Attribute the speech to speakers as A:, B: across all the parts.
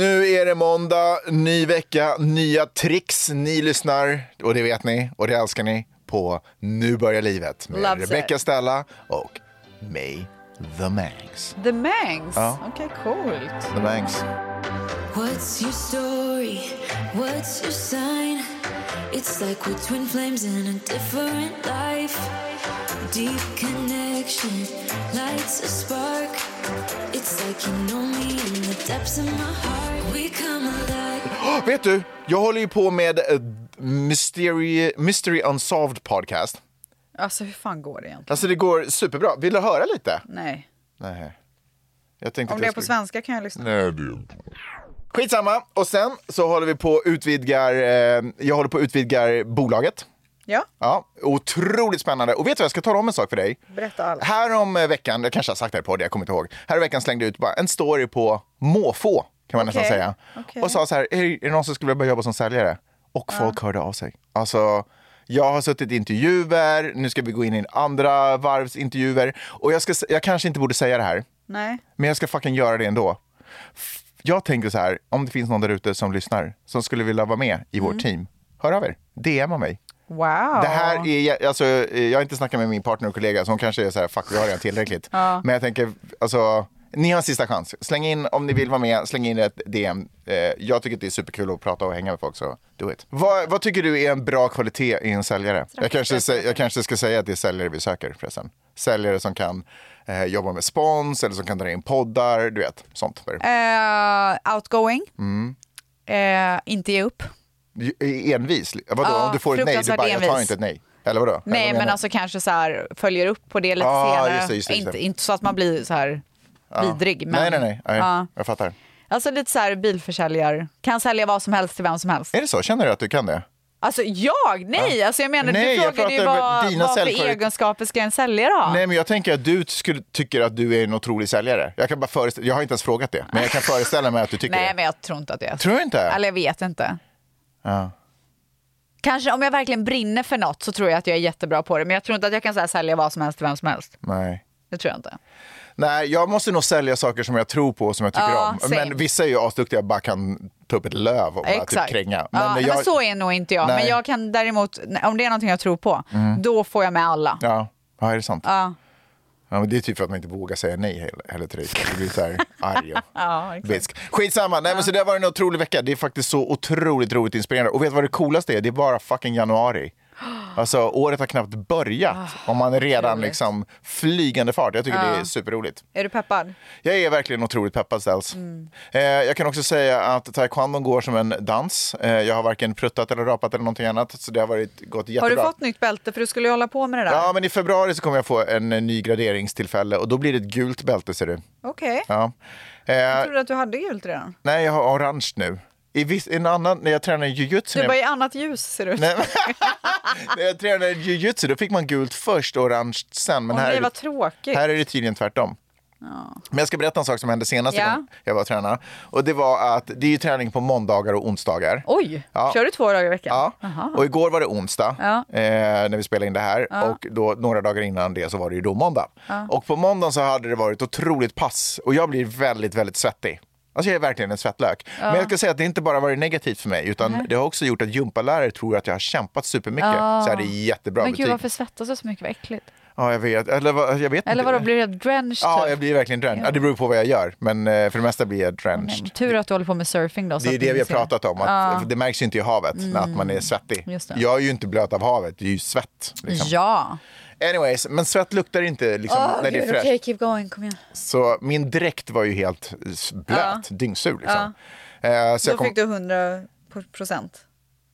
A: är det måndag, ny vecka, nya tricks. Ni lyssnar, och det vet ni, och det älskar ni, på Nu börjar livet med
B: Loves it.
A: Rebecca Stella och mig, The Mangs.
B: The Mangs?
A: Ja.
B: Okej, coolt.
A: The Mangs.
C: What's your story? What's your sign? It's like we're twin flames in a different life. Deep connection lights a spark. It's like you know me in the depths of my heart. We come alive.
A: Åh, vet du, jag håller ju på med eh, Mystery, Mystery Unsolved podcast.
B: Alltså hur fan går det egentligen?
A: Alltså det går superbra. Vill du höra lite?
B: Nej.
A: Nej. Jag tänkte
B: Om
A: att
B: det är
A: jag
B: på
A: skulle-
B: svenska kan jag lyssna.
A: Nej, det är inte. Skitsamma. Och sen så håller vi på och utvidgar, eh, jag håller på och utvidgar bolaget.
B: Ja,
A: Ja, otroligt spännande. Och vet du vad, jag ska tala om en sak för dig.
B: berätta allt.
A: Här om eh, veckan, jag kanske har sagt det här på det, jag kommer inte ihåg. Här i veckan slängde jag ut bara en story på måfå, kan man nästan
B: Okej,
A: säga.
B: okej.
A: Och sa så här, är är det någon som skulle vilja börja jobba som säljare? Och folk hörde av sig. Alltså, jag har suttit i intervjuer, nu ska vi gå in i en andra varvsintervjuer. Och jag, ska, s- jag kanske inte borde säga det här,
B: Nej.
A: men jag ska fucking göra det ändå. F- Jag tänker så här, om det finns någon där ute som lyssnar, som skulle vilja vara med i
B: Mm.
A: vårt team, hör av er. DMa mig.
B: Wow.
A: Det här är, alltså, jag har inte snackat med min partner och kollega, så hon kanske är så här, fuck vi har redan tillräckligt. Men jag tänker, alltså, ni har en sista chans. Släng in, om ni vill vara med, släng in ett DM. Eh, jag tycker att det är superkul att prata och hänga med folk, så do it. Vad, vad tycker du är en bra kvalitet i en säljare? Jag kanske, sä- jag kanske ska säga att det är säljare vi söker förresten. Säljare som kan eh, jobba med spons eller som kan dra in poddar, du vet, sånt.
B: Eh, outgoing.
A: Mm.
B: Eh, inte ge upp.
A: eh, Envis, vadå?
B: Ja,
A: om du får ett nej, du
B: fruktansvärt
A: bara, jag tar
B: envis.
A: inte ett nej. Eller vadå? Eller vad
B: Nej,
A: menar
B: men
A: du?
B: alltså kanske så här, följer upp på det lite
A: Ja,
B: senare.
A: just det, just det, just det.
B: Inte, inte så att man blir så här vidrig. Men,
A: Nej, nej, nej. nej
B: Ja.
A: Jag fattar.
B: Alltså lite så här bilförsäljare. Kan sälja vad som helst till vem som helst.
A: Är det så? Känner du att du kan det?
B: Alltså jag? Nej, alltså jag menar
A: Nej,
B: du
A: jag
B: frågade ju
A: pratar om
B: vad,
A: dina
B: vad för
A: säljkvalit-
B: egenskaper ska en säljare ha?
A: Nej, men jag tänker att du skulle, tycker att du är en otrolig säljare. Jag, kan bara föreställa, jag har inte ens frågat det, men jag kan föreställa mig att du tycker
B: Nej,
A: det.
B: men jag tror inte att jag är så.
A: Tror du inte?
B: Eller jag vet inte.
A: Ja.
B: Kanske om jag verkligen brinner för något så tror jag att jag är jättebra på det. Men jag tror inte att jag kan så här, sälja vad som helst till vem som helst.
A: Nej.
B: Det tror jag inte.
A: Nej, jag måste nog sälja saker som jag tror på och som jag tycker
B: Ja,
A: om.
B: same.
A: Men vissa är ju asduktiga och bara kan ta upp ett löv och bara typ
B: Exakt.
A: kränga.
B: Men, ja,
A: jag-
B: men så är nog inte jag.
A: Nej. Mm.
B: Men jag kan däremot, om det är någonting jag tror på, då får jag med alla.
A: Ja. ja, är det sant?
B: Ja.
A: Ja, men det är typ för att man inte vågar säga nej heller- heller till dig. så att Du blir så här arg och
B: Ja, exakt.
A: bitsk. Skitsamma, nej, men så det har varit en otrolig vecka. Det är faktiskt så otroligt roligt inspirerande. Och vet du vad det coolaste är? Det är bara fucking januari. Alltså året har knappt börjat och man är redan
B: Ah, otroligt. Ah.
A: liksom flygande fart. Jag tycker det är superroligt.
B: Är du peppad?
A: Jag är verkligen otroligt peppad ställs.
B: Mm.
A: Eh, jag kan också säga att taekwondo går som en dans. Eh, jag har varken pruttat eller rapat eller någonting annat. Så det har varit, gått jättebra.
B: Har du fått nytt bälte? För du skulle ju hålla på med det där.
A: Ja, men i februari så kommer jag få en eh, ny graderingstillfälle och då blir det ett gult bälte ser du.
B: Okej.
A: Ja. Eh,
B: Jag trodde att du hade gult redan.
A: Nej, jag har orange nu. I viss, en annan, när jag tränade jujutsu,
B: Du
A: när
B: bara
A: jag,
B: i annat ljus ser det ut.
A: Nej, men- när jag tränade jujutsu, då fick man gult först och orange sen. Men
B: Åh
A: här,
B: nej,
A: är
B: vad
A: det,
B: tråkigt.
A: här är det tydligen tvärtom. Men jag ska berätta en sak som hände senast
B: Ja.
A: gången jag var tränare. Och det var att det är ju träning på måndagar och onsdagar.
B: Oj,
A: Ja.
B: kör du två dagar i veckan?
A: Ja, och igår var det onsdag
B: Ja.
A: eh, när vi spelade in det här och då, några dagar innan det så var det ju då måndag. Och på måndagen så hade det varit otroligt pass och jag blir väldigt, väldigt svettig. Alltså jag är verkligen en svettlök. Men jag ska säga att det inte bara varit negativt för mig utan det har också gjort att gympalärare tror att jag har kämpat supermycket. Så här, det är jättebra
B: Men
A: betyg.
B: gud, varför svettas du så mycket? Vad äckligt.
A: Ja, jag vet. Eller, vad- jag vet
B: Eller
A: inte.
B: vadå, blir du helt drenched?
A: Ja,
B: typ?
A: jag blir verkligen drenched. Ja, det beror på vad jag gör, men eh, för det mesta blir jag drenched.
B: Tur att du håller på med surfing då. så
A: Det är
B: att
A: det
B: du
A: vi har
B: ser.
A: pratat om, att det märks ju inte i havet att man är svettig.
B: Mm. Just det.
A: Jag är ju inte blöt av havet, det är ju svett. Liksom.
B: Ja.
A: Anyways, men svett luktar inte liksom,
B: Ah,
A: när det är fräscht.
B: keep going, kom igen.
A: Så min dräkt var ju helt blöt, dyngsur. Liksom. Eh, så
B: Då
A: jag kom...
B: fick du 100 procent.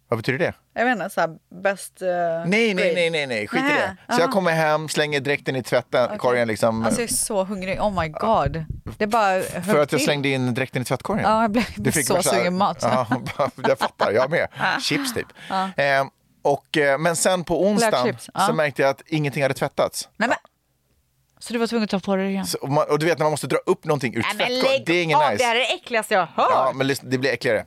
A: Vad betyder det?
B: Jag vet inte, så här, bäst... eh,
A: Nej, nej,
B: grade.
A: nej, nej, nej. skit i
B: Nähä,
A: det. Så jag
B: aha.
A: kommer hem, slänger dräkten i tvätten, korgen liksom.
B: Alltså jag är så hungrig, oh my god. Det bara högg
A: för att jag
B: till.
A: slängde in dräkten i tvättkorgen.
B: Ja, jag blev så
A: värsta-
B: sugen mat.
A: Ja, jag fattar, jag med. Chips typ. Eh, och, eh, men sen på onsdagen
B: Lökchips, ja.
A: så märkte jag att ingenting hade tvättats.
B: Nej, men. Så du var tvungen att ta på dig det igen?
A: Så, och, man, och du vet när man måste dra upp någonting ur
B: Nej, men
A: tvättkorgen,
B: lägg
A: det är ingen
B: av,
A: nice.
B: det här är det äckligaste jag har hört.
A: Ja, men lyssna, det blir äckligare.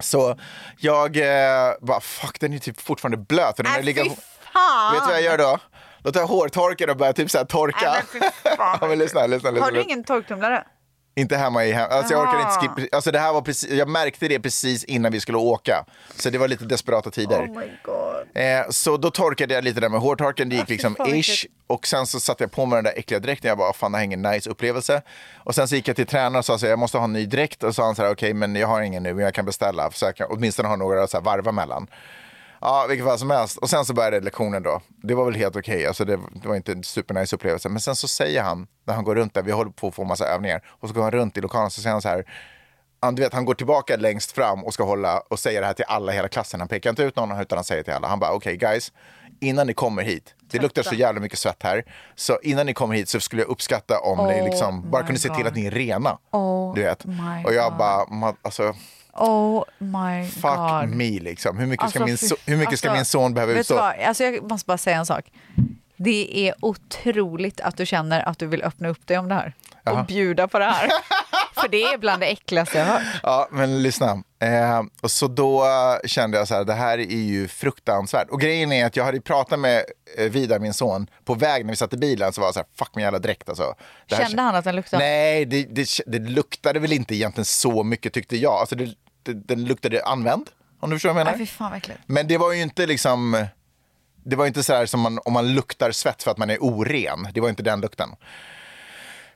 A: Så jag eh, bara, fuck den är typ fortfarande blöt. för Den har
B: Nej,
A: legat-
B: Äh, fy fan.
A: Vet du vad jag gör då? Då tar jag hårtorken och börjar typ så här torka.
B: Nej, men fy fan.
A: ja, men lyssna, lyssna, lyssna.
B: Har du ingen torktumlare?
A: Inte hemma i hem. Alltså jag orkade
B: Ah.
A: inte skippa. Alltså det här var precis, jag märkte det precis innan vi skulle åka. Så det var lite desperata tider.
B: Oh
A: Eh, så då torkade jag lite där med hårtorken, det gick liksom
B: fan, vad
A: ish. Och sen så satte jag på mig den där äckliga dräkten, jag bara, "Ah, fan det här är ingen nice upplevelse. Och sen så gick jag till tränaren och sa så här, jag måste ha en ny dräkt. Och så sa han så här, okej men jag har ingen nu, men jag kan beställa. Så jag kan åtminstone ha några att så här varva mellan. Ja, vilket fall som helst. Och sen så började lektionen då. Det var väl helt okej, alltså det, det var inte en supernice upplevelse. Men sen så säger han, när han går runt där, vi håller på att få massa övningar. Och så går han runt i lokalen så säger han så här, han, du vet, han går tillbaka längst fram och ska hålla och säga det här till alla i hela klassen. Han pekar inte ut någon utan han säger till alla. Han bara, okej guys, innan ni kommer hit, det luktar så jävla mycket svett här. Så innan ni kommer hit så skulle jag uppskatta om ni
B: Oh
A: liksom bara
B: my
A: kunde se till
B: God.
A: att ni är rena.
B: Oh
A: du vet.
B: my
A: Och jag
B: God.
A: bara, "Ma- alltså
B: Oh my
A: fuck
B: god.
A: me liksom. Hur mycket,
B: Alltså,
A: ska, min
B: fy-
A: so- hur mycket ska
B: alltså,
A: min son behöva
B: vet du
A: utstå?
B: vad? Alltså, jag måste bara säga en sak. Det är otroligt att du känner att du vill öppna upp dig om det här och bjuda på det här. För det är bland det äckligaste jag har hört.
A: Ja, men lyssna. Eh, och så då kände jag så här, det här är ju fruktansvärt. Och grejen är att jag hade pratat med eh, Vidar, min son, på väg när vi satt i bilen så var jag så här, fuck min jävla dräkt alltså. Det här-
B: Kände han att den luktade?
A: Nej, det, det, det luktade väl inte egentligen så mycket tyckte jag. Alltså det, det, den luktade använd, om du förstår vad jag
B: Nej,
A: menar.
B: fy fan vad äckligt.
A: Men det var ju inte liksom... Det var ju inte så här som man, om man luktar svett för att man är oren. Det var inte den lukten.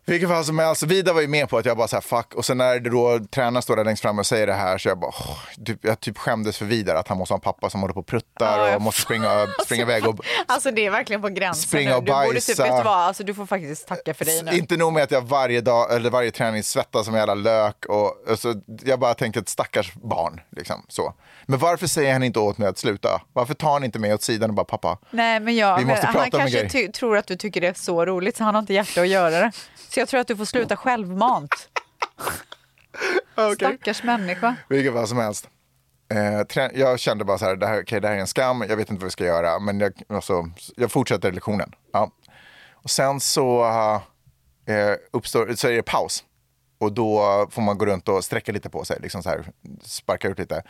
A: Vilket fall som helst, Vida var ju med på att jag bara så här fuck. Och sen när det då tränaren står där längst fram och säger det här så jag bara, åh, typ, jag typ skämdes för Vidar att han måste ha en pappa som håller på och pruttar
B: Ja, jag
A: och måste springa, springa iväg och
B: Alltså det är verkligen på gränsen
A: Springa
B: nu.
A: och
B: Du borde typ,
A: bajsa.
B: vet du vad, alltså, du får faktiskt tacka för dig nu.
A: Inte nog med att jag varje dag eller varje träning svettas som en jävla lök och alltså, jag bara tänkte ett stackars barn liksom så. Men varför säger han inte åt mig att sluta? Varför tar han inte mig åt sidan och bara pappa?
B: Nej, men jag,
A: Vi måste
B: men han
A: prata om en
B: kanske
A: grej.
B: ty- tror att du tycker det är så roligt så han har inte hjärta att göra det. Så jag tror att du får sluta självmant. Stackars människa.
A: Vilket vad som helst. Eh, trä- jag kände bara så här, det här, okej, det här är en skam, jag vet inte vad vi ska göra, men jag, alltså, jag fortsätter lektionen. Ja. Och sen så, eh, uppstår, så är det paus. Och då får man gå runt och sträcka lite på sig, liksom så här, sparka ut lite.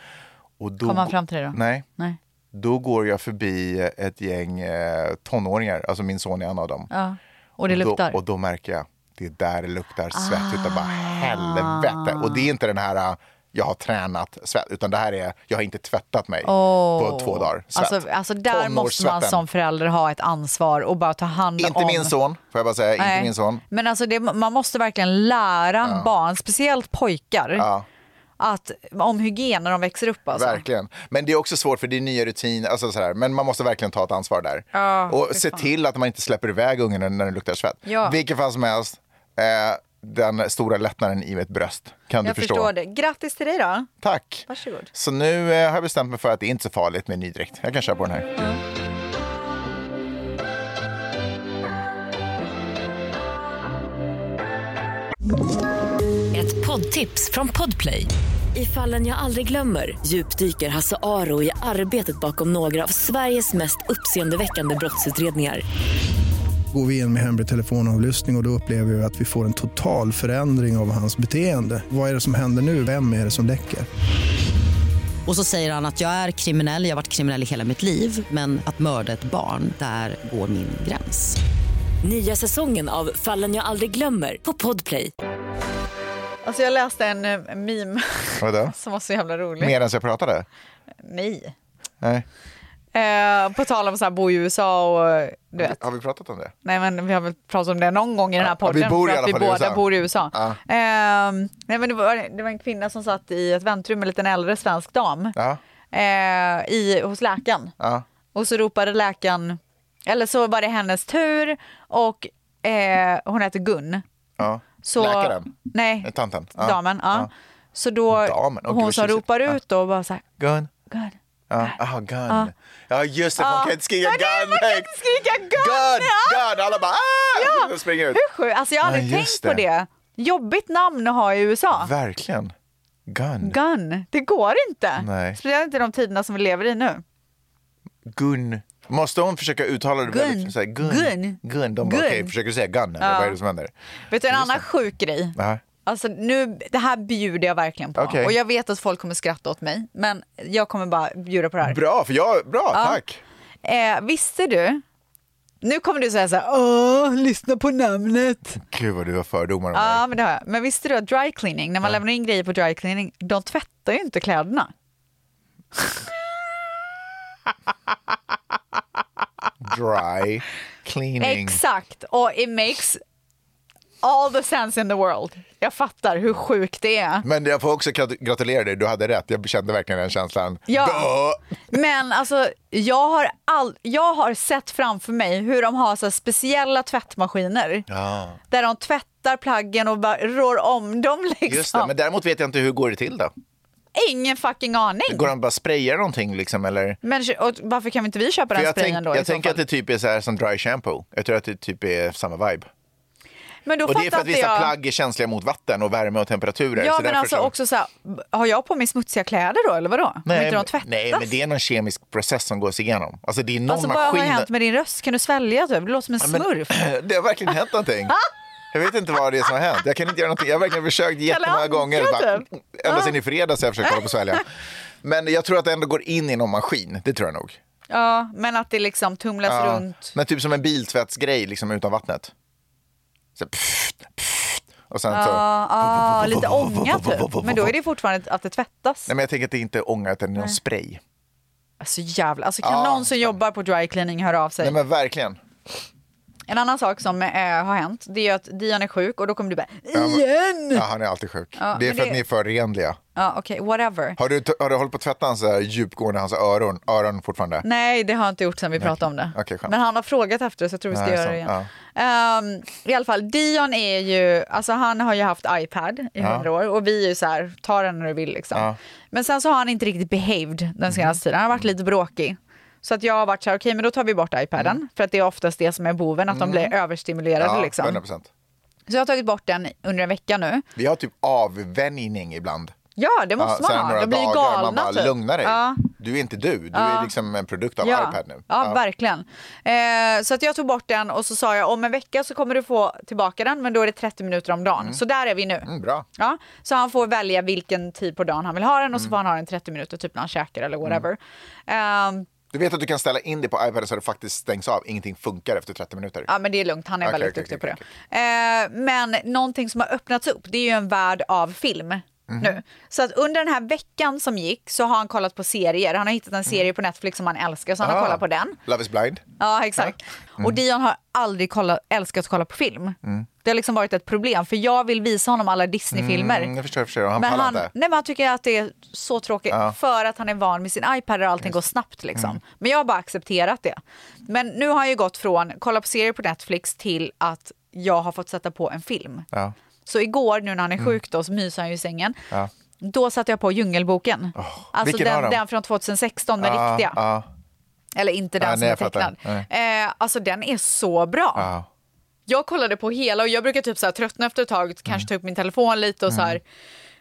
A: Och då,
B: Kom han fram till dig då?
A: Nej.
B: Nej.
A: Då går jag förbi ett gäng eh, tonåringar, alltså min son är en av dem.
B: Ja. Och det luktar?
A: Då, och då märker jag, det är där det luktar svett. Utan bara
B: Ah.
A: helvete. Och det är inte den här äh, jag har tränat svett. Utan det här är, jag har inte tvättat mig på två dagar. Svett.
B: Alltså, alltså där måste man
A: Tonårssvetten.
B: som förälder ha ett ansvar och bara ta hand om.
A: Inte min son, får jag bara säga. Inte min son.
B: Men alltså det, man måste verkligen lära barn, speciellt pojkar,
A: Ja.
B: att, om hygien när de växer upp. Alltså.
A: Verkligen. Men det är också svårt för det är nya rutiner. Alltså sådär. Men man måste verkligen ta ett ansvar där.
B: Ja,
A: och
B: fy
A: se
B: fan.
A: till att man inte släpper iväg ungen när- när den luktar svett.
B: Ja.
A: Vilket fall som helst, eh, den stora lättnaden i mitt bröst. Kan
B: Jag
A: du förstå?
B: förstår det. Grattis till dig då.
A: Tack.
B: Varsågod.
A: Så nu eh, har jag bestämt mig för att det är inte är så farligt med ny dräkt. Jag kan köra på den här.
D: Ett poddtips från Podplay. I fallen jag aldrig glömmer djupdyker Hasse Aro i arbetet bakom några av Sveriges mest uppseendeväckande brottsutredningar.
E: Går vi in med hemlig telefonavlyssning och, och då upplever vi att vi får en total förändring av hans beteende. Vad är det som händer nu? Vem är det som läcker?
F: Och så säger han att jag är kriminell, jag har varit kriminell i hela mitt liv men att mörda ett barn, där går min gräns.
D: Nya säsongen av Fallen jag aldrig glömmer på Podplay.
B: Alltså jag läste en eh, meme
A: Vadå?
B: som var så jävla rolig.
A: Medan jag pratade?
B: Nej.
A: Nej.
B: Eh, på tal om så här, bo i USA och eh, du vet.
A: Har vi pratat om det?
B: Nej men vi har väl pratat om det någon gång i den här
A: Ja,
B: podden.
A: vi bor i
B: för
A: alla
B: att vi
A: fall i
B: båda
A: USA.
B: bor i USA.
A: Ja.
B: Ehm, nej, men det, var, det var en kvinna som satt i ett väntrum med en liten äldre svensk dam
A: Ja.
B: eh, i, hos läkaren.
A: Ja.
B: Och så ropade läkaren, eller så var det hennes tur och eh, hon heter Gun.
A: ja.
B: Så,
A: Läkaren?
B: Nej,
A: Eh, Tanten? Ja.
B: damen. Ja. Så då,
A: Damen? Åh, gud,
B: hon
A: vad
B: som
A: tjusigt.
B: ropar
A: Ja.
B: ut då bara så här,
A: Gun?
B: Gun.
A: Ja, ah, gun. Ja, just det, för
B: Ja.
A: man kan inte skrika
B: Ja, nej,
A: gun
B: man kan
A: högt.
B: inte skrika gun!
A: Gun!
B: Ja.
A: Gun! Alla bara ah! Och springer ut.
B: Hur sjukt? Alltså jag har
A: Ja,
B: aldrig tänkt
A: just
B: på
A: det.
B: det. Jobbigt namn att ha i USA.
A: Verkligen. Gun.
B: Gun, det går inte.
A: Nej.
B: Speciellt inte i de tiderna som vi lever i nu.
A: Gun. Måste hon försöka uttala det
B: Gun.
A: väldigt? Så här, gun.
B: Gun.
A: Gun. De bara,
B: Gun.
A: okej, försöker du säga gun? Eller vad är det som händer?
B: Vet du en annan sjuk grej?
A: Ja.
B: Alltså nu, det här bjuder jag verkligen på.
A: Okej.
B: Och jag vet att folk kommer skratta åt mig, men jag kommer bara bjuda på det här.
A: Bra, för jag, bra, tack.
B: Eh, visste du Nu kommer du säga så här, åh, lyssna på namnet.
A: Gud vad du har fördomar om
B: Ja,
A: mig.
B: men det har jag. Men visste du att dry cleaning, när man lämnar in grejer på dry cleaning, de tvättar ju inte kläderna.
A: Dry cleaning.
B: Exakt, och it makes all the sense in the world. Jag fattar hur sjukt det är.
A: Men jag får också grat- gratulera dig, du hade rätt. Jag kände verkligen den känslan.
B: Ja.
A: Bå!
B: Men alltså, jag har, all, jag har sett framför mig hur de har så här speciella tvättmaskiner
A: Ja.
B: där de tvättar plaggen och bara rår om dem. Liksom.
A: Just det, men däremot vet jag inte hur går det till då?
B: Ingen fucking aning.
A: Går han bara sprayar någonting liksom eller?
B: Men och varför kan inte vi köpa
A: För
B: den
A: jag
B: sprayen
A: tänk,
B: då? i
A: jag
B: så
A: tänker
B: fall?
A: att det typ är så här som dry shampoo. Jag tror att det typ är samma vibe.
B: men då
A: Och det är
B: fattar
A: för att
B: inte
A: vissa
B: jag...
A: plagg är känsliga mot vatten och värme och temperaturer.
B: Ja,
A: så
B: men
A: därför
B: alltså
A: så-
B: också så här, har jag på mig smutsiga kläder då eller vadå? Om inte de tvättas?
A: nej, men det är någon kemisk process som går sig igenom. Alltså det är någon
B: Alltså vad
A: maskin.
B: har hänt med din röst? Kan du svälja typ? Du låter som
A: Men-
B: en smurf.
A: det har verkligen hänt någonting. Jag vet inte vad det är som har hänt. Jag kan inte göra någonting. Jag har verkligen försökt jättemånga
B: Anka,
A: gånger. Bara, "Mm,
B: typ.
A: ända sedan i fredags har jag försökt hålla på och svälja. Men jag tror att det ändå går in i någon maskin. Det tror jag nog.
B: Ja, men att det liksom tumlas
A: Ja,
B: runt.
A: Men typ som en biltvättsgrej liksom utan vattnet. Så, pff, pff, och sen så...
B: Ja, ah, lite ånga typ. Men då är det fortfarande att det tvättas.
A: Nej, men jag tänker att det inte är ånga utan det är någon spray.
B: Alltså jävlar, alltså kan
A: Ja.
B: någon som jobbar på dry cleaning höra av sig?
A: Ah, Nej men verkligen.
B: En annan sak som eh, har hänt, det är att Dion är sjuk och då kommer du bara
A: men-
B: igen!
A: Ja,
B: Ja,
A: han är alltid sjuk.
B: Ja,
A: det är
B: men
A: för att
B: det-
A: ni är för renliga.
B: okej, whatever.
A: Har du, har du hållit på att tvätta hans så här djupgående, hans öron, öron fortfarande?
B: Nej, det har jag inte gjort sen vi pratade om det.
A: Okej, skönt.
B: Men han har frågat efter det så jag tror vi ska
A: Nej,
B: göra
A: så,
B: det igen. Ehm, I alla fall, Dion är ju, alltså han har ju haft iPad i hundra år och vi är ju så här, ta den när du vill liksom.
A: Ja. Mhm.
B: Men sen så har han inte riktigt behaved den senaste tiden, han har varit lite bråkig. Så att jag har varit så här, okej men då tar vi bort iPaden,
A: Mm.
B: för att det är oftast det som är boven, att de blir överstimulerade liksom.
A: 100%.
B: Så jag har tagit bort den under en vecka nu.
A: Vi har typ avvänjning ibland.
B: Ja, det måste
A: Ja, så här
B: man ha.
A: några
B: De blir ju
A: dagar,
B: galna.
A: Man bara,
B: typ.
A: lugna dig.
B: Ja.
A: Du är inte du. Du
B: Ja.
A: är liksom en produkt av
B: ja.
A: iPad nu.
B: Ja, verkligen. Eh, så att jag tog bort den och så sa jag om en vecka så kommer du få tillbaka den men då är det 30 minuter om dagen. Så där är vi nu.
A: Mm, bra.
B: Ja, så han får välja vilken tid på dagen han vill ha den
A: Mm.
B: och så får han ha den 30 minuter typ när han käkar eller whatever. Ehm,
A: Du vet att du kan ställa in det på iPad så det faktiskt stängs av. Ingenting funkar efter 30 minuter.
B: Ja, men det är lugnt. Han är
A: Okej,
B: väldigt
A: okej,
B: duktig
A: okej,
B: på det. Eh, men någonting som har öppnats upp, det är ju en värld av film
A: Mm-hmm.
B: nu. Så att under den här veckan som gick så har han kollat på serier. Han har hittat en serie på Netflix som han älskar, så han har
A: Mm. Ah.
B: kollat på den.
A: Love is blind.
B: Ja, exakt.
A: Mm.
B: Och Dion har aldrig kollat, älskat att kolla på film. Det har liksom varit ett problem, för jag vill visa honom alla Disney-filmer.
A: Mm, jag förstår, jag förstår. Han
B: Men
A: pallar
B: han, nej,
A: inte.
B: men han tycker att det är så tråkigt för att han är van med sin iPad och allting går snabbt. Liksom.
A: Mm.
B: Men jag har bara accepterat det. Men nu har jag ju gått från kolla på serier på Netflix till att jag har fått sätta på en film.
A: Ja.
B: Så igår nu när han är sjuk då, så myser han ju i sängen.
A: Mm. Ja.
B: Då satte jag på Djungelboken. alltså
A: vilken av
B: den,
A: dem?
B: den från 2016, den
A: Ja,
B: riktiga.
A: ja.
B: Eller inte den
A: Ja,
B: som
A: nej,
B: är
A: jag fattar.
B: tecknad. Eh, alltså den är så bra.
A: Ja.
B: Jag kollade på hela och jag brukar typ så här tröttna efter ett tag,
A: Mm.
B: kanske ta upp min telefon lite och så här.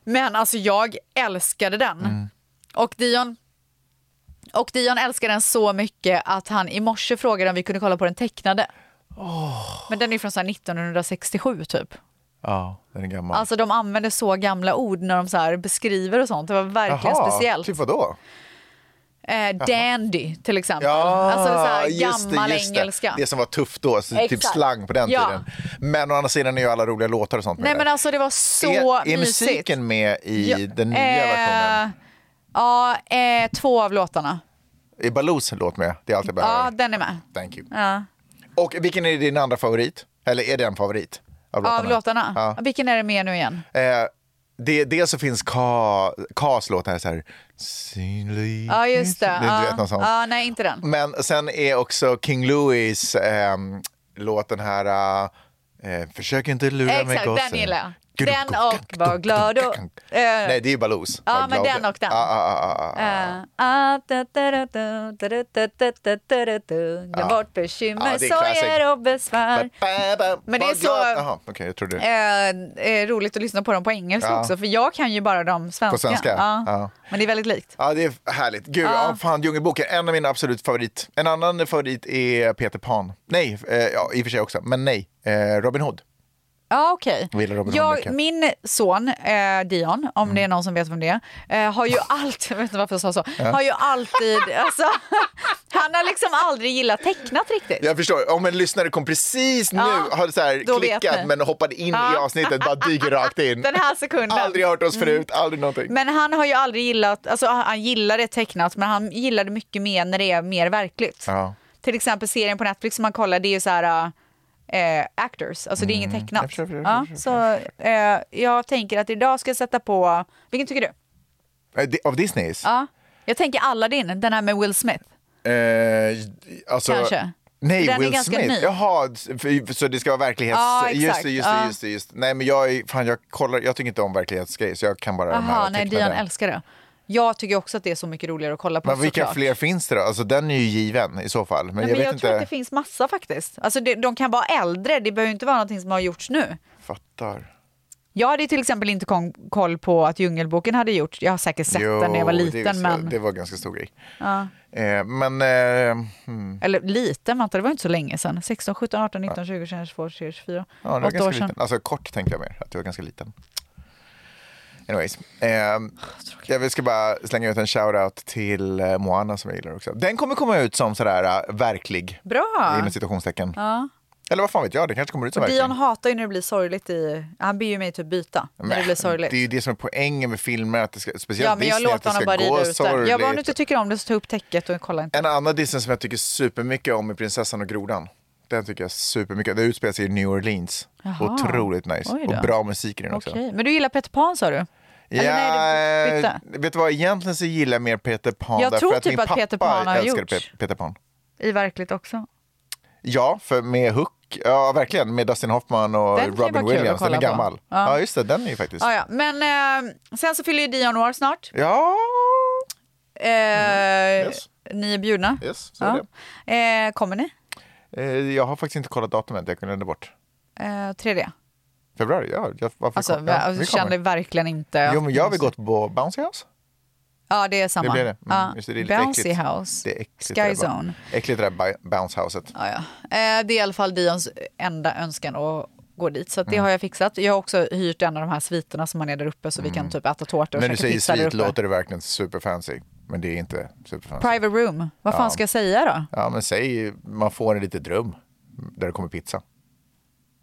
B: Men alltså jag älskade den.
A: Mm.
B: Och Dion och Dion älskar den så mycket att han i morse frågade om vi kunde kolla på den tecknade. Men den är från så här 1967 typ.
A: ja, ah. den är gammal.
B: Alltså de använder så gamla ord när de så här beskriver och sånt. Det var verkligen
A: Jaha,
B: speciellt.
A: Typ vadå?
B: Eh, dandy till exempel.
A: Ja,
B: alltså det är så här
A: just det,
B: gammal
A: just det.
B: engelska.
A: Det som var tufft då, så typ
B: Exakt.
A: slang på den
B: Ja.
A: tiden. Men å andra sidan är ju alla roliga låtar och sånt med
B: Nej
A: där.
B: men alltså det var så
A: är, är
B: mysigt.
A: musiken med i
B: Ja,
A: den nya
B: eh,
A: versionen?
B: Ja, eh, två av låtarna.
A: Är Baloos låt med? Det är allt jag
B: Ja,
A: behöver.
B: den är med.
A: Thank you.
B: Ja.
A: Och vilken är din andra favorit? Eller är det en favorit? Av låtarna?
B: Av låtarna?
A: Ja.
B: Vilken är det med nu igen?
A: Eh, det, dels så finns Ka- Kas låt här, så här... Synlig.
B: Ja, just det.
A: Du
B: Ja.
A: vet någon sån.
B: Ja, nej, inte den.
A: Men sen är också King Louis ehm, låt den här... Eh, Försök inte lura mig
B: Exakt,
A: gosse.
B: den gillar jag. Den och Var glad och... eh,
A: Nej, det är ju Baloos.
B: Ja,
A: Var
B: men
A: glad.
B: den och den.
A: Ah, ah, ah, ah, ah.
B: eh, ah, da, da, da, da, da, da, da, da, da, da, da, da. Glöm bort bekymmer,
A: Ja, det är classic.
B: sorger och besvär. Men det är så-
A: Jaha, okej, jag trodde det.
B: Eh, eh, roligt att lyssna på dem på engelska
A: Ja.
B: också, för jag kan ju bara de svenska.
A: På svenska?
B: Ja.
A: Ja.
B: Men det är väldigt likt.
A: Ja, det är härligt. Gud, ja. fan, Djungelboken, en av mina absolut favorit. En annan favorit är Peter Pan. Nej, eh, ja, i och för sig också, men nej. Eh, Robin Hood.
B: Ja, okej.
A: Jag gillar Robin Hood
B: Jag,
A: mycket.
B: min son eh, Dion, om
A: Mm.
B: det är någon som vet vem det är, eh, har ju alltid, jag vet inte varför jag sa så, har ju alltid, alltså, han har liksom aldrig gillat tecknat riktigt.
A: Jag förstår. Om en lyssnare kom precis nu,
B: Ja,
A: har så här
B: då vet
A: klickat
B: ni.
A: men hoppade in i
B: Ja.
A: avsnittet, bara dyker rakt in.
B: Den här sekunden.
A: Aldrig hört oss förut, aldrig någonting.
B: Men han har ju aldrig gillat, alltså han han gillar det tecknat men han gillar det mycket mer när det är mer verkligt.
A: Ja.
B: Till exempel serien på Netflix som man kollar, det är ju så här eh, actors, alltså det är inget tecknat.
A: Mm. Jag förstår, jag förstår,
B: ja,
A: jag
B: så eh, jag tänker att idag ska jag sätta på, vilken tycker du?
A: Eh, di- Av Disneys?
B: Ja, jag tänker Aladdin, den här med Will Smith.
A: Eh, alltså,
B: Kanske.
A: Nej,
B: Den är
A: Will
B: ganska
A: Smith.
B: ny.
A: Jaha, för, så det ska vara verklighets...
B: Ja, exakt.
A: just det, just det,
B: Ja.
A: just det, just det. Nej, men jag, är- fan, jag, kollar, jag tycker inte om verklighetsgrejer, så jag kan bara de
B: Jaha,
A: här
B: nej
A: tecknade.
B: Dion älskar det. Jag tycker också att det är så mycket roligare att kolla på
A: Men vilka
B: såklart.
A: fler finns det då? Alltså, den är ju given i så fall. Men
B: Nej,
A: jag
B: men
A: vet
B: jag
A: inte.
B: tror att det finns massa faktiskt. Alltså det, de kan vara äldre, det behöver ju inte vara någonting som har gjorts nu.
A: Fattar.
B: Jag hade ju till exempel inte kon- koll på att Djungelboken hade gjort, jag har säkert sett den när jag var
A: Jo,
B: liten,
A: det,
B: men...
A: Det var ganska stor grej. Eh, men... Eh, hmm,
B: Eller liten, vänta, det var inte så länge sedan. 16, 17, 18, 19, 20, 21, 22, 23, 24.
A: ja, det var
B: Åtta
A: ganska
B: år sedan.
A: liten. Alltså kort tänkte jag mer, att det var ganska liten. Anyways. Eh, jag ska bara slänga ut en shoutout till eh, Moana som jag gillar också. Den kommer komma ut som sådär eh, verklig.
B: Bra!
A: Inom citationstecken.
B: Ja.
A: Eller vad fan vet jag, det kanske kommer ut som verklig.
B: Dion hatar ju när det blir sorgligt i... Han ber ju mig typ byta när det blir sorgligt.
A: Det är ju det som är poängen med filmer, att det ska, speciellt
B: ja, men jag
A: Disney,
B: låter
A: att det
B: honom
A: ska
B: bara rida
A: gå
B: ut den. Jag typ- bara, om du
A: sorgligt.
B: inte tycker om det så ta upp täcket och kolla inte.
A: En annan Disney som jag tycker supermycket om är Prinsessan och Grodan. Den tycker jag supermycket. Det utspelar sig i New Orleans.
B: Jaha.
A: Otroligt nice.
B: Oj då.
A: Och bra musik i den också.
B: Okej, men du gillar Peter Pan sa du?
A: Ja,
B: Eller nej, du bytte.
A: vet du vad, egentligen så gillar jag mer Peter Pan.
B: Jag
A: därför
B: tror
A: att
B: typ
A: min
B: att
A: pappa
B: Peter Pan har
A: älskade
B: gjort.
A: Pe- Peter Pan.
B: I verkligt också.
A: Ja, för med Hook, ja verkligen, med Dustin Hoffman och
B: Den kan ju vara
A: Robin
B: kul att
A: Williams. Den
B: kolla
A: är
B: på.
A: gammal.
B: Ja.
A: Ja. just det, den är ju faktiskt.
B: Ah, ja. Men eh, sen så fyller ju Dion år snart.
A: Ja,
B: Eh,
A: Mm. Yes.
B: Ni är bjudna.
A: yes, så är
B: Ja. Eh, kommer ni?
A: det. Eh, Jag har faktiskt inte kollat datumet, jag kunde ändå bort.
B: Eh, 3D.
A: Februari, ja. Jag, varför
B: Alltså,
A: kom- ja,
B: jag
A: vi kommer.
B: kände verkligen inte...
A: Jo, men jag vill gått på Bouncy House.
B: Ja, det är samma.
A: Det blir det. Mm,
B: Ja.
A: just det, det är lite
B: Bouncy
A: äckligt.
B: House.
A: Det är äckligt. det
B: Sky
A: där ba-
B: Zone.
A: Äckligt det där bi- bounce-houset.
B: Ja, ja. Eh, det är i alla fall Dions enda önskan att gå dit. Så att det har jag fixat. Jag har också hyrt en av de här sviterna som man är där uppe så vi kan typ äta tårta
A: När
B: och käka
A: Mm. du säger
B: pizza där
A: svit
B: uppe.
A: låter det verkligen superfancy. Men det är inte superfancy.
B: Private room. Vad fan ska jag säga då?
A: Ja, men säg, man får ett litet rum där det kommer pizza.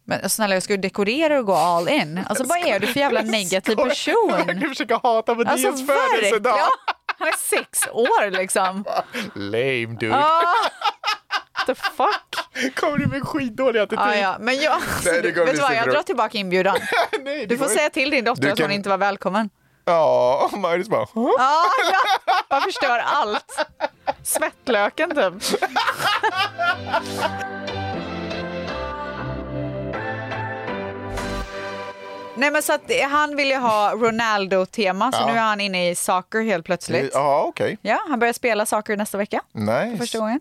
B: Men snälla jag ska ju dekorera och gå all in. Alltså vad är du för jävla negativ person?
A: Jag försöker hata på
B: Alltså
A: Dions födelsedag.
B: verkligen. Han är sex år liksom.
A: Lame dude.
B: Ah, the fuck?
A: Kommer du med skitdålig attityd?
B: Ah, ja. Men jag, alltså,
A: Nej, det
B: du-
A: går
B: vet du
A: visst
B: vad,
A: inte
B: jag
A: bra.
B: drar tillbaka inbjudan.
A: Nej,
B: Du får säga till din dotter
A: Du
B: att hon
A: kan-
B: inte var välkommen.
A: Ja, och Magnus bara... "Huh?"
B: Ah, ja. Man förstör allt. Svettlöken typ. Nej men så att det- han vill ju ha Ronaldo-tema så
A: Ja.
B: nu är han inne i soccer helt plötsligt. Ja,
A: Ja, okej.
B: han börjar spela soccer nästa vecka.
A: Nice.
B: Första gången.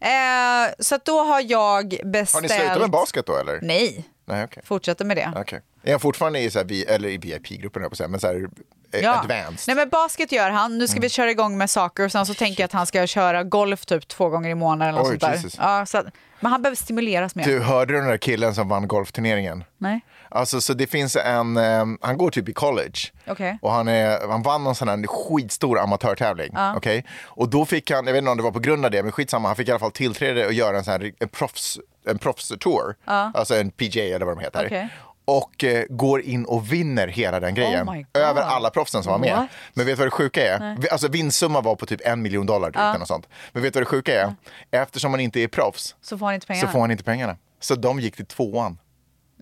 B: Eh, så att då har jag beställt...
A: Har ni slutat med basket då eller?
B: Nej,
A: Nej, okej.
B: fortsätter med det.
A: Okej. Är han fortfarande i, så här, vi- eller i VIP-gruppen, höll jag på att säga, men så här, eh, advanced? Mm.
B: Nej men basket gör han. Nu ska vi köra igång med saker och sen så tänker jag att han ska köra golf typ två gånger i månaden eller något
A: Oj,
B: sånt där.
A: Jesus.
B: Ja, så att, men han behöver stimuleras mer.
A: Du, hörde du den där killen som vann golfturneringen?
B: Nej.
A: Alltså, så det finns en, eh, han går typ i college.
B: Okej.
A: Och han, är, han vann någon sån här skitstor amatörtävling. okej? Och då fick han, jag vet inte om det var på grund av det, men skitsamma, han fick i alla fall tillträde att göra en sån här en proffs, en proffstour. Alltså en PJ eller vad de heter.
B: Okej.
A: Och eh, går in och vinner hela den grejen.
B: Oh my God.
A: över alla proffsen som var med.
B: What?
A: Men vet du vad det sjuka är? Vi- Alltså vinstsumman var på typ en miljon dollar. Drygt, eller något sånt. Men vet du vad det sjuka är? Eftersom han inte är proffs
B: Så får han inte
A: så
B: pengarna.
A: får han inte pengarna. Så de gick till tvåan.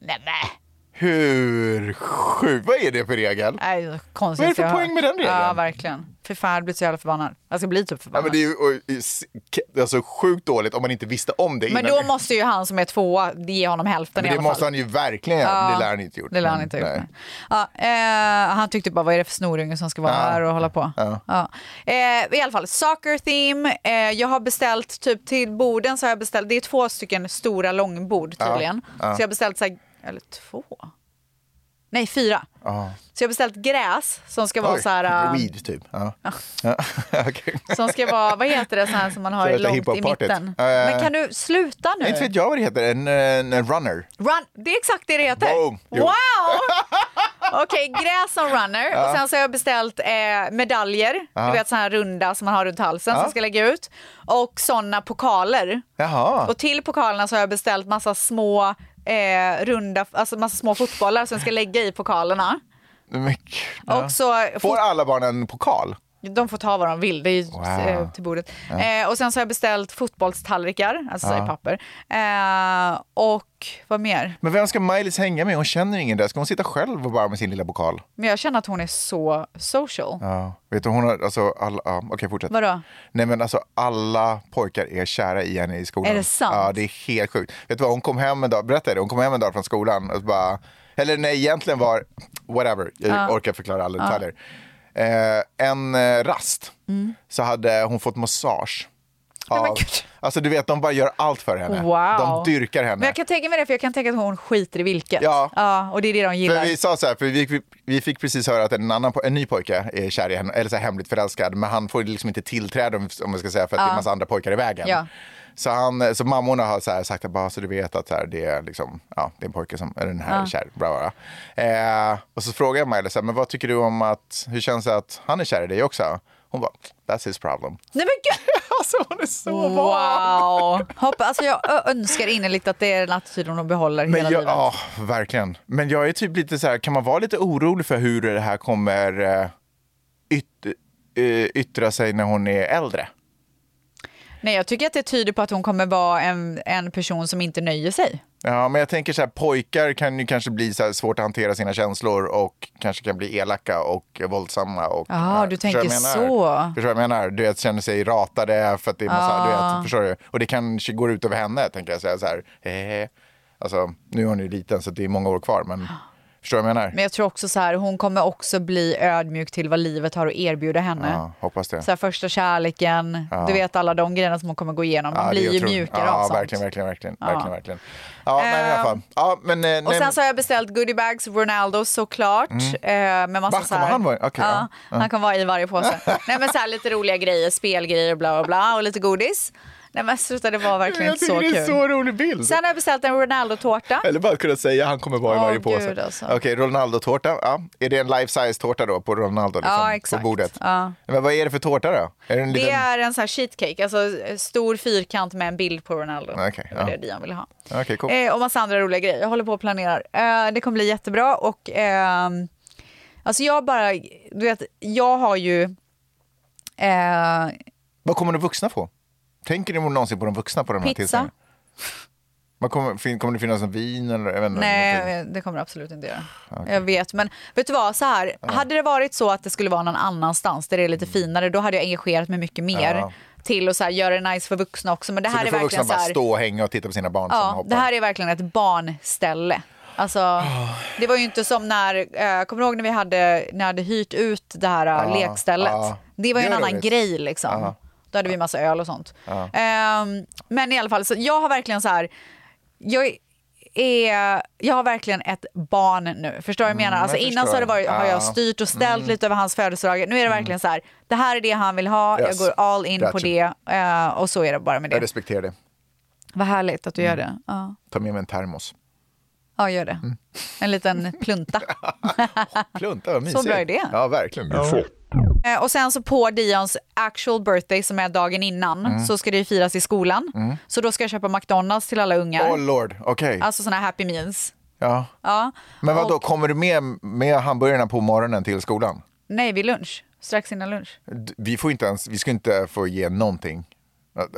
B: Nej, nej.
A: Hur sjukt? Vad är det för regel?
B: Nej, det är konstigt.
A: Vad är det för
B: jag hör.
A: poäng med den regeln?
B: Ja, verkligen. Fy fan, jag blir så jävla förbannad. Jag ska bli typ
A: Ja,
B: förbannad.
A: men det är ju och, i- s- ke- alltså, sjukt dåligt om man inte visste om det
B: Men
A: innan.
B: då måste ju han som är tvåa ge honom hälften
A: men
B: i
A: det
B: alla
A: måste
B: fall.
A: han ju verkligen göra. Det lär han inte gjort.
B: Det lär han
A: Men,
B: inte ha gjort.
A: nej.
B: nej. Ja, eh, han tyckte bara, vad är det för snorunge som ska vara här och hålla på? Ja. Eh, I alla fall, soccer theme. Eh, jag har beställt, typ till borden så har jag beställt, det är två stycken stora långbord tydligen. Så jag har beställt, så här, eller två? Nej, fyra. Så jag har beställt gräs som ska vara
A: Oj,
B: så här... eh,
A: Weed typ. Ja. Ja. Okej.
B: Som ska vara, vad heter det, så här som man har
A: Så detta
B: långt i
A: hiphop-partiet.
B: mitten.
A: Eh,
B: Men kan du sluta nu?
A: Inte vet jag vad det heter. En, eh, en runner.
B: Run, det är exakt det det heter.
A: Boom. Jo.
B: Wow! Okej, gräs som runner. Och sen så har jag beställt eh, medaljer,
A: Ja.
B: du vet sådana här runda som man har runt halsen som
A: Ja.
B: jag ska lägga ut. Och sådana pokaler.
A: Jaha.
B: Och till pokalerna så har jag beställt massa små eh, runda, alltså massa små fotbollar som jag ska lägga i pokalerna.
A: Men gud, ja.
B: Och så
A: Får alla barn en pokal?
B: De får ta vad de vill, det är ju
A: Wow.
B: eh, till bordet. Eh, och sen så har jag beställt fotbollstallrikar, alltså
A: Ja.
B: i papper. Eh, och vad mer?
A: Men vem ska Miley hänga med? Hon känner ingen där. Ska hon sitta själv och bara med sin lilla pokal?
B: Men jag känner att hon är så social.
A: Ja. Vet du, hon har alltså alla... Ja, Okej, fortsätt.
B: Vadå?
A: Nej men alltså alla pojkar är kära i henne i skolan.
B: Är det sant?
A: Ja, det är helt sjukt. Vet du vad, hon kom hem en dag, berätta det, hon kom hem en dag från skolan och bara, eller nej egentligen var, whatever, jag orkar förklara alla detaljer. Eh, en eh, rast så hade hon fått massage.
B: Mm. Nej, men
A: av-
B: gud.
A: alltså du vet, de bara gör allt för henne.
B: Wow.
A: De dyrkar henne.
B: Men jag kan tänka mig det, för jag kan tänka att hon skiter i vilket.
A: Ja.
B: och det är det de
A: För
B: gillar.
A: vi sa så här, för vi, vi fick precis höra att en, annan, po- en ny pojke är kär i henne, eller så här, hemligt förälskad, men han får liksom inte tillträde om om man ska säga för att det är en massa andra pojkar i vägen.
B: Ja.
A: Så, han, så mammorna har så här sagt att bara så du vet att så här, det, är liksom, ja, det är en pojke som är den här är kär. Bra, bra. Eh, och så frågar jag Miley, så här, men vad tycker du om att, hur känns det att han är kär i dig också? Hon bara, that's his problem.
B: Nej men gud!
A: Alltså hon är så
B: Wow! Hoppa, alltså jag ö- önskar innerligt att det är den attityden de behåller hela
A: Men jag,
B: livet.
A: ja, verkligen. Men jag är typ lite så här, kan man vara lite orolig för hur det här kommer eh, yt, eh, yttra sig när hon är äldre?
B: Nej, jag tycker att det tyder på att hon kommer vara en, en person som inte nöjer sig.
A: Ja, men jag tänker så här, pojkar kan ju kanske bli så här svårt att hantera sina känslor och kanske kan bli elaka och våldsamma. Och,
B: Ah,
A: Ja,
B: du
A: förstår vad jag
B: tänker
A: menar?
B: så.
A: Förstår vad jag menar? Du vet, känner sig ratade för att det är massa,
B: Ah.
A: du vet, förstår du? Och det kanske går ut över henne, tänker jag säga så här. Eh, alltså, nu är hon ju liten så det är många år kvar, men förstår du vad jag menar?
B: Men jag tror också så här, hon kommer också bli ödmjuk till vad livet har att erbjuda henne.
A: Ja, hoppas det.
B: Så här, första kärleken, du vet alla de grejerna som hon kommer gå igenom. Man
A: Ja, det
B: blir
A: jag
B: ju
A: tror.
B: mjukare
A: ja,
B: av sånt. Ehm,
A: verkligen, verkligen, verkligen, verkligen, verkligen. Ja, nej, men i alla fall. Ja, men, eh,
B: Och
A: nej,
B: sen så har jag beställt goodiebags, Ronaldo såklart. Eh, med massa
A: Va,
B: så
A: kommer
B: här,
A: han vara i? Okej,
B: ja, han kommer vara i varje påse. Nej men så här lite roliga grejer, spelgrejer bla bla bla och lite godis. Nej men sluta, det var verkligen
A: jag
B: inte
A: tycker
B: så
A: det är
B: kul.
A: en så rolig bild.
B: Sen har jag beställt en Ronaldo-tårta.
A: Eller bara kunna säga han kommer vara i
B: Åh,
A: varje
B: gud,
A: påse.
B: alltså.
A: Okej, Ronaldo-tårta. Ja. Är det en life size tårta då på Ronaldo? Liksom,
B: Ja, exakt.
A: På bordet.
B: Ja.
A: Men vad är det för tårta då? Är det en
B: Det
A: liten...
B: är en sån här sheetcake, alltså eh, stor fyrkant med en bild på Ronaldo.
A: Okej,
B: det var
A: ja.
B: det Dion ville ha.
A: Okej, cool.
B: Eh, och massa andra roliga grejer. Jag håller på och planerar. Eh, det kommer bli jättebra och ehm, alltså jag bara, du vet, jag har ju eh,
A: Vad kommer de vuxna få? Tänker ni någonsin på de vuxna på de här
B: Pizza.
A: tillställningarna? Vad kommer, fin- kommer det finnas en vin eller? Jag vet inte, någonting?
B: Nej, det kommer jag absolut inte göra. Jag vet, men vet du vad, så här, hade det varit så att det skulle vara någon annanstans där det är lite finare, då hade jag engagerat mig mycket mer
A: Mm. Ja.
B: till att så här, göra det nice för vuxna också. Men det
A: Så
B: här
A: nu
B: är
A: får vuxna
B: verkligen så
A: bara
B: här,
A: stå och hänga och titta på sina barn som
B: ja,
A: hoppar? Ah.
B: det här är verkligen ett barnställe. Alltså, det var ju inte som när, eh, kommer du ihåg när vi hade, när jag hade hyrt ut det här eh,
A: Ja,
B: lekstället?
A: ja.
B: Det var ju
A: Ah, Det Ah.
B: en
A: var
B: annan
A: roligt.
B: grej liksom. Då hade vi massa öl och sånt.
A: Ah.
B: Ehm, men i alla fall, så jag har verkligen så här, jag är, jag har verkligen ett barn nu. Förstår du vad jag menar? Alltså,
A: Mm, jag
B: innan så har, det
A: förstår. Ah. Mm.
B: varit, har
A: Ja.
B: jag styrt och ställt lite över hans födelsedagar. Nu är det verkligen så här, det här är det han vill ha,
A: Yes.
B: jag går all in på
A: Gotcha.
B: det eh, och så är det bara med det.
A: Jag respekterar det.
B: Vad härligt att du
A: Mm.
B: gör det. Ja.
A: Ta med mig en termos.
B: Ja, gör det.
A: Mm.
B: En liten plunta.
A: Plunta, vad mysigt.
B: bra idé.
A: Ja, verkligen.
B: Eh, Och sen så på Dions actual birthday som är dagen innan
A: Mm.
B: så ska det ju firas i skolan. Så då ska jag köpa McDonalds till alla ungar.
A: Åh lord, okej.
B: Alltså såna här happy meals.
A: Ja.
B: Ja.
A: Men vad då kommer du med, med hamburgarna på morgonen till skolan?
B: Nej, vid lunch. Strax innan lunch.
A: D- Vi, får inte ens, vi ska inte få ge någonting.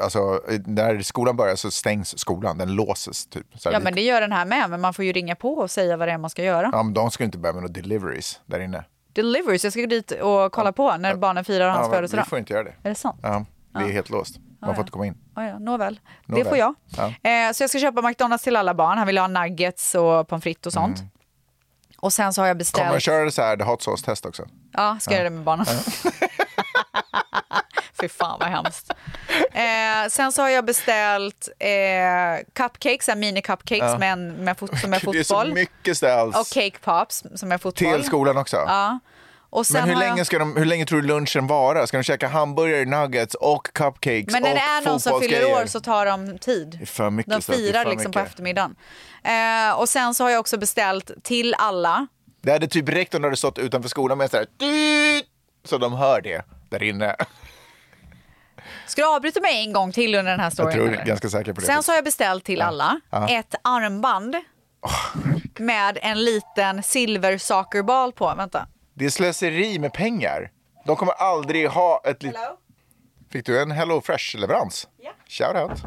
A: Alltså, när skolan börjar så stängs skolan, den låses typ. Så här
B: Ja,
A: lite.
B: men det gör den här med. Men man får ju ringa på och säga vad det är man ska göra.
A: ja, men de ska inte börja med några deliveries där inne.
B: Deliveries, jag ska gå dit och kolla på när barnen firar hans
A: Ja, men vi
B: födelsedag.
A: får inte göra det.
B: Är det sant?
A: Ja, det är helt låst. Man får inte komma in.
B: Ja, ja, nåväl.
A: Nåväl.
B: det får jag.
A: Ja.
B: Eh, så jag ska köpa McDonalds till alla barn. Han vill ha nuggets och pommes frites och sånt. Och sen så har jag
A: Mm. Kommer de
B: beställt...
A: köra så här, the hot sauce-test också?
B: Ja, ska jag göra det med barnen. Fy fan vad hemskt. Eh, sen så har jag beställt eh, cupcakes, mini-cupcakes med, en- med fot- som är
A: Det är så
B: fotboll.
A: mycket ställs.
B: Och cake pops som är fotboll.
A: Till skolan också?
B: Ja. Och sen
A: Men hur
B: har
A: länge,
B: jag...
A: ska de, hur länge tror du lunchen vara? Ska de käka hamburgare, nuggets och cupcakes
B: Men när
A: och
B: det är någon som fyller
A: fotbollsgrejer?
B: år så tar de tid.
A: är för mycket
B: de
A: stöd, det är
B: firar
A: för
B: liksom på
A: mycket.
B: eftermiddagen. Eh, och sen så har jag också beställt till alla
A: Det hade typ räckt om du hade stått utanför skolan med så här... "Dyt", Så de hör det där inne.
B: Ska du avbryta mig en gång till under den här storyn?
A: Jag tror,
B: eller?
A: ganska säker på det.
B: Sen så har jag beställt till alla ett armband med en liten silversockerbal på. Vänta.
A: Det är slöseri med pengar. De kommer aldrig ha ett litet... Fick du en Hello Fresh-leverans? Ja. Shoutout.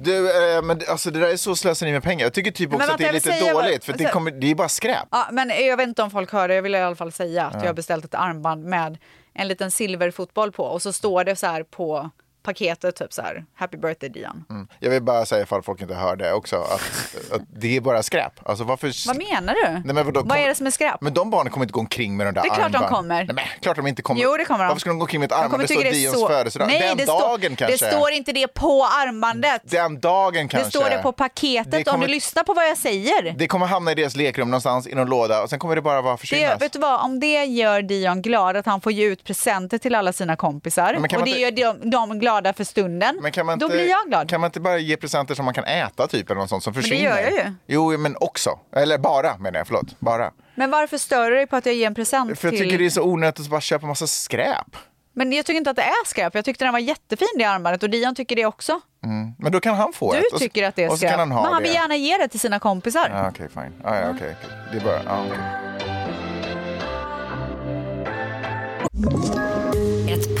A: Du, eh, men det- alltså det där är så slöseri med pengar. Jag tycker typ också
B: vänta,
A: att det är
B: jag vill
A: lite
B: säga vad-
A: dåligt. För det,
B: så-
A: kommer, det är bara skräp.
B: Ja, men jag vet inte om folk hör det. Jag vill i alla fall säga att jag har beställt ett armband med en liten silverfotboll på och så står det så här på paketet typ så här happy birthday Dion.
A: Mm. Jag vill bara säga ifall folk inte hör det också. Att, att det är bara skräp. Alltså varför...
B: Vad menar du?
A: Nej, men vadå,
B: Vad
A: kommer-
B: är det som är skräp?
A: Men de barnen kommer inte gå omkring med de där
B: Det är klart de
A: armbanden.
B: kommer.
A: Nej, men klart de inte kommer.
B: Jo, det kommer de.
A: Varför ska de gå omkring med ett
B: De
A: armband?
B: kommer
A: Det står
B: tycka
A: Dions
B: så-
A: födelsedag.
B: Nej,
A: Den
B: det står-
A: dagen kanske.
B: Det står inte det på armbandet.
A: Den dagen kanske.
B: Det står det på paketet
A: Det
B: om
A: kommer-
B: du lyssnar på vad jag säger.
A: Det kommer hamna i deras lekrum någonstans i någon låda och sen kommer det bara vara
B: Det,
A: försvinnas.
B: vet du vad, om det gör Dion glad att han får ge ut presenter till alla sina kompisar
A: Men kan
B: och
A: man
B: det
A: inte-
B: gör de, de glada för stunden,
A: Men kan man
B: då
A: inte,
B: blir jag glad.
A: Kan man inte bara ge presenter som man kan äta typ eller något sånt som
B: det
A: försvinner?
B: gör jag ju.
A: Jo, men också. Eller bara menar jag, förlåt. Bara.
B: Men varför stör du dig på att jag ger en present
A: För jag
B: till...
A: tycker det är så onödigt att bara köpa massa skräp.
B: Men jag tycker inte att det är skräp. Jag tyckte den var jättefin det armbandet och Dion tycker det också.
A: Mm. Men då kan han få
B: Du
A: ett. och så-
B: tycker att det är
A: Och så
B: skräp.
A: kan han ha
B: Men han
A: det.
B: vill gärna ge det till sina kompisar.
A: Ja, okej, fine. Ah, ja, okej. Det är bara... ja, okej.
D: Ett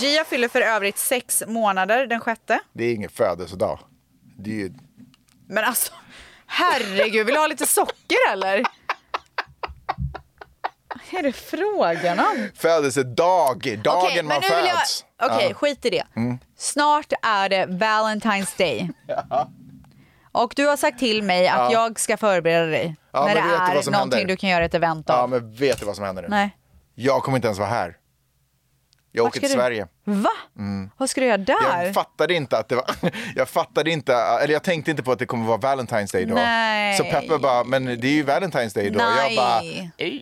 B: Gia fyller för övrigt sex månader den sjätte.
A: Det är ingen födelsedag. Det är ju...
B: Men alltså, herregud, vill du ha lite socker eller? Vad är det frågan om?
A: Födelsedag! Dagen
B: Okej,
A: man
B: men nu vill jag-
A: föds. Mm.
B: Okej, skit i det. Snart är det Valentine's Day. Och du har sagt till mig att jag ska förbereda dig
A: Ja,
B: när det
A: men vet du
B: är
A: vad som
B: någonting
A: händer?
B: du kan göra ett event av.
A: Ja, men vet du vad som händer nu?
B: Nej.
A: Jag kommer inte ens vara här. Jag
B: Vart
A: åker
B: ska
A: till
B: du-
A: Sverige. Mm.
B: Va? Vad ska du göra där?
A: Jag fattade inte att det var... Jag fattade inte, eller jag tänkte inte på att det kommer vara Valentine's Day då.
B: Nej.
A: Så Peppe bara, men det är ju Valentine's Day då.
B: Nej.
A: Jag bara,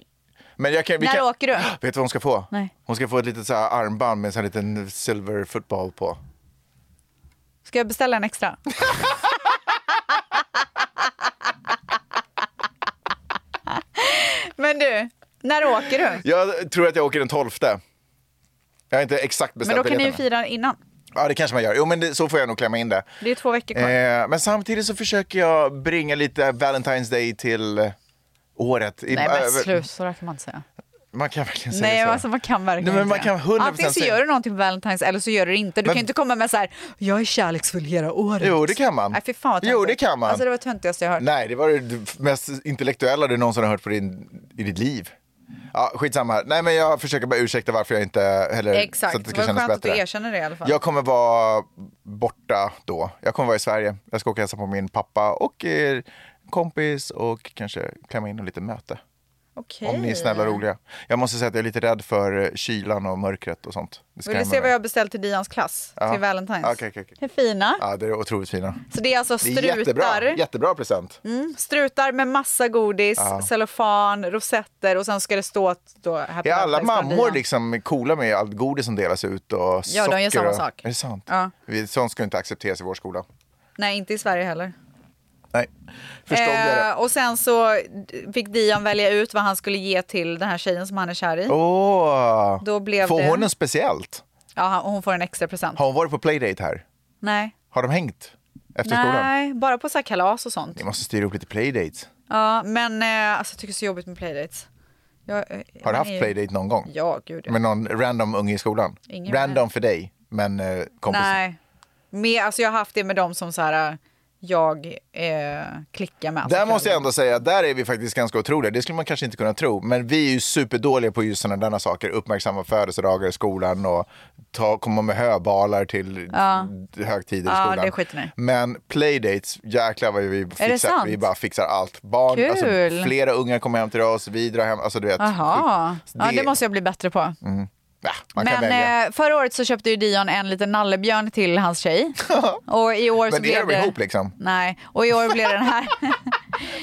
A: men jag kan, vi
B: När
A: kan...
B: åker du?
A: Vet du vad hon ska få?
B: Nej.
A: Hon ska få ett litet så här armband med en sån här liten silver football på.
B: Ska jag beställa en extra? Men du, när åker du?
A: Jag tror att jag åker den 12. Jag har inte exakt
B: Men då
A: beställt
B: kan ni ju
A: biljetterna.
B: fira innan.
A: Ja, det kanske man gör. Jo, men det, så får jag nog klämma in det.
B: Det är två veckor kvar.
A: Eh, men samtidigt så försöker jag bringa lite Valentine's Day till eh, året. I-
B: Nej men
A: eh,
B: slut, så där kan man inte säga.
A: Man kan verkligen säga
B: Nej
A: så.
B: alltså man kan verkligen
A: Nej, men man
B: inte
A: kan
B: det.
A: 100%
B: Antingen så
A: säga-
B: gör du någonting på Valentine's eller så gör du det inte. Du
A: Men-
B: kan ju inte komma med så här, jag är kärleksfull hela året.
A: Jo, det kan man.
B: Nej fy fan vad
A: Jo,
B: töntigt.
A: det kan man.
B: Alltså det var det töntigaste jag hört.
A: Nej, det var det mest intellektuella du någonsin har hört på din, i ditt liv. Ja, skitsamma. Nej, men jag försöker bara ursäkta varför jag inte heller...
B: Exakt,
A: så att det
B: det
A: ska
B: var
A: kännas
B: skönt att du
A: bättre.
B: erkänner det i alla fall.
A: Jag kommer vara borta då. Jag kommer vara i Sverige. Jag ska åka och hälsa på min pappa och er kompis och kanske klämma in en liten möte.
B: Okej.
A: Om ni är snälla och roliga. Jag måste säga att jag är lite rädd för eh, kylan och mörkret och sånt. Det
B: Vill du
A: skrämmer
B: se
A: mig.
B: vad jag har beställt till Dians klass? Till Valentine's?
A: Okej, okej, okej.
B: Hur fina.
A: Ja, det är otroligt fina.
B: Så det är alltså
A: Det är jättebra,
B: strutar,
A: jättebra present.
B: mm, strutar med massa godis, cellofan, rosetter och sen ska det stå att då Happy
A: Är alla
B: Valentine's från
A: mammor
B: Dian.
A: liksom coola med allt godis som delas ut och ja,
B: Ja, de gör samma sak.
A: Är det sant?
B: Ja.
A: Vi- Sånt ska inte accepteras i vår skola.
B: Nej, inte i Sverige heller.
A: Nej, förstod jag det.
B: Eh, och sen så fick Dion välja ut vad han skulle ge till den här tjejen som han är kär i.
A: Åh!
B: Då blev
A: Oh. Får
B: det-
A: hon en speciellt?
B: Ja, han- hon får en extra present.
A: Har hon varit på playdate här?
B: Nej.
A: Har de hängt efter skolan?
B: Nej, bara på så här kalas och sånt.
A: Ni måste styra upp lite playdates.
B: Ja, men eh, alltså, jag tycker det är så jobbigt med playdates. Jag, eh,
A: Har
B: man
A: du haft
B: är ju-
A: playdate någon gång?
B: Ja, gud ja.
A: Med någon random unge i skolan?
B: Ingen
A: random för dig, men eh, kompis.
B: Nej. Med, alltså, jag har haft det med dem som så här, eh, jag eh, klickar med.
A: Där måste jag ändå säga, där är vi faktiskt ganska otroliga. Det skulle man kanske inte kunna tro. Men vi är ju superdåliga på just sådana där saker. Uppmärksamma födelsedagar i skolan och ta, komma med höbalar till högtider i
B: Ja,
A: skolan.
B: det skiter ni i.
A: Men playdates, jäklar vad vi
B: Är det
A: fixar.
B: sant?
A: Vi bara fixar allt. Barn,
B: Kul.
A: alltså, flera ungar kommer hem till oss, vi drar hem, alltså du vet.
B: Jaha, ja, det
A: Det-
B: måste jag bli bättre på.
A: Ja, man kan välja.
B: Men eh, förra året så köpte ju Dion en liten nallebjörn till hans tjej. Och i år
A: Men
B: så
A: är
B: blev
A: de
B: det...
A: ihop liksom?
B: Nej, och i år blev den här.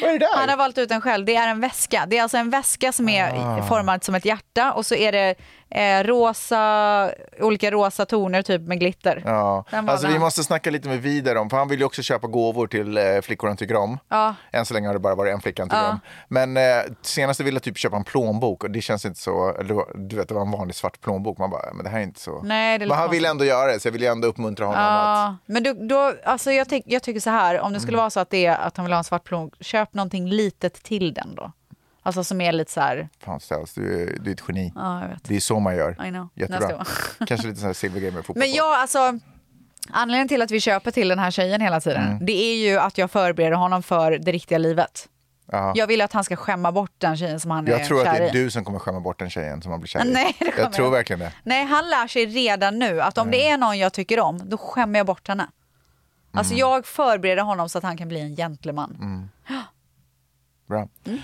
A: Vad är det
B: Han har
A: där?
B: valt ut den själv. Det är en väska. Det är alltså en väska som är
A: Ah.
B: formad som ett hjärta och så är det eh, rosa, olika rosa toner typ med glitter.
A: Ja.
B: Den valde
A: Alltså, vi
B: han.
A: måste snacka lite med Vidar om, för han vill ju också köpa gåvor till eh, flickor han tycker om.
B: Ja.
A: Än så länge har det bara varit en flicka han tycker om. Men eh, senaste ville jag typ köpa en plånbok och det känns inte så, eller det var- du vet det var en vanlig svart plånbok. Man bara, men det här är inte så.
B: Nej, det
A: men
B: är lite
A: han vill
B: konstigt.
A: ändå göra det, så jag vill ju ändå uppmuntra honom att
B: Ja, men då, då, alltså jag, tänk, jag tycker så här, om det
A: Mm.
B: skulle vara så att det är att han vill ha en svart plånbok, köp någonting litet till den då. Alltså som är lite så här,
A: fan Stels, du, är- du är ett geni.
B: ja jag vet.
A: Det är så man gör.
B: I know. Nästa
A: Jättebra.
B: gång.
A: Kanske lite sån här silvergrej med fotboll
B: Men
A: på.
B: jag, alltså, anledningen till att vi köper till den här tjejen hela tiden,
A: Mm.
B: det är ju att jag förbereder honom för det riktiga livet.
A: Ja.
B: Jag vill att han ska skämma bort den tjejen som han
A: Jag
B: är
A: tror
B: kär
A: att det
B: i.
A: är du som kommer skämma bort den tjejen som man blir kär i.
B: Nej, det kommer
A: jag tror
B: jag.
A: verkligen det.
B: Nej, han lär sig redan nu att om det är någon jag tycker om, då skämmer jag bort henne. Alltså
A: Mm.
B: jag förbereder honom så att han kan bli en gentleman.
A: Bra.
B: Mm.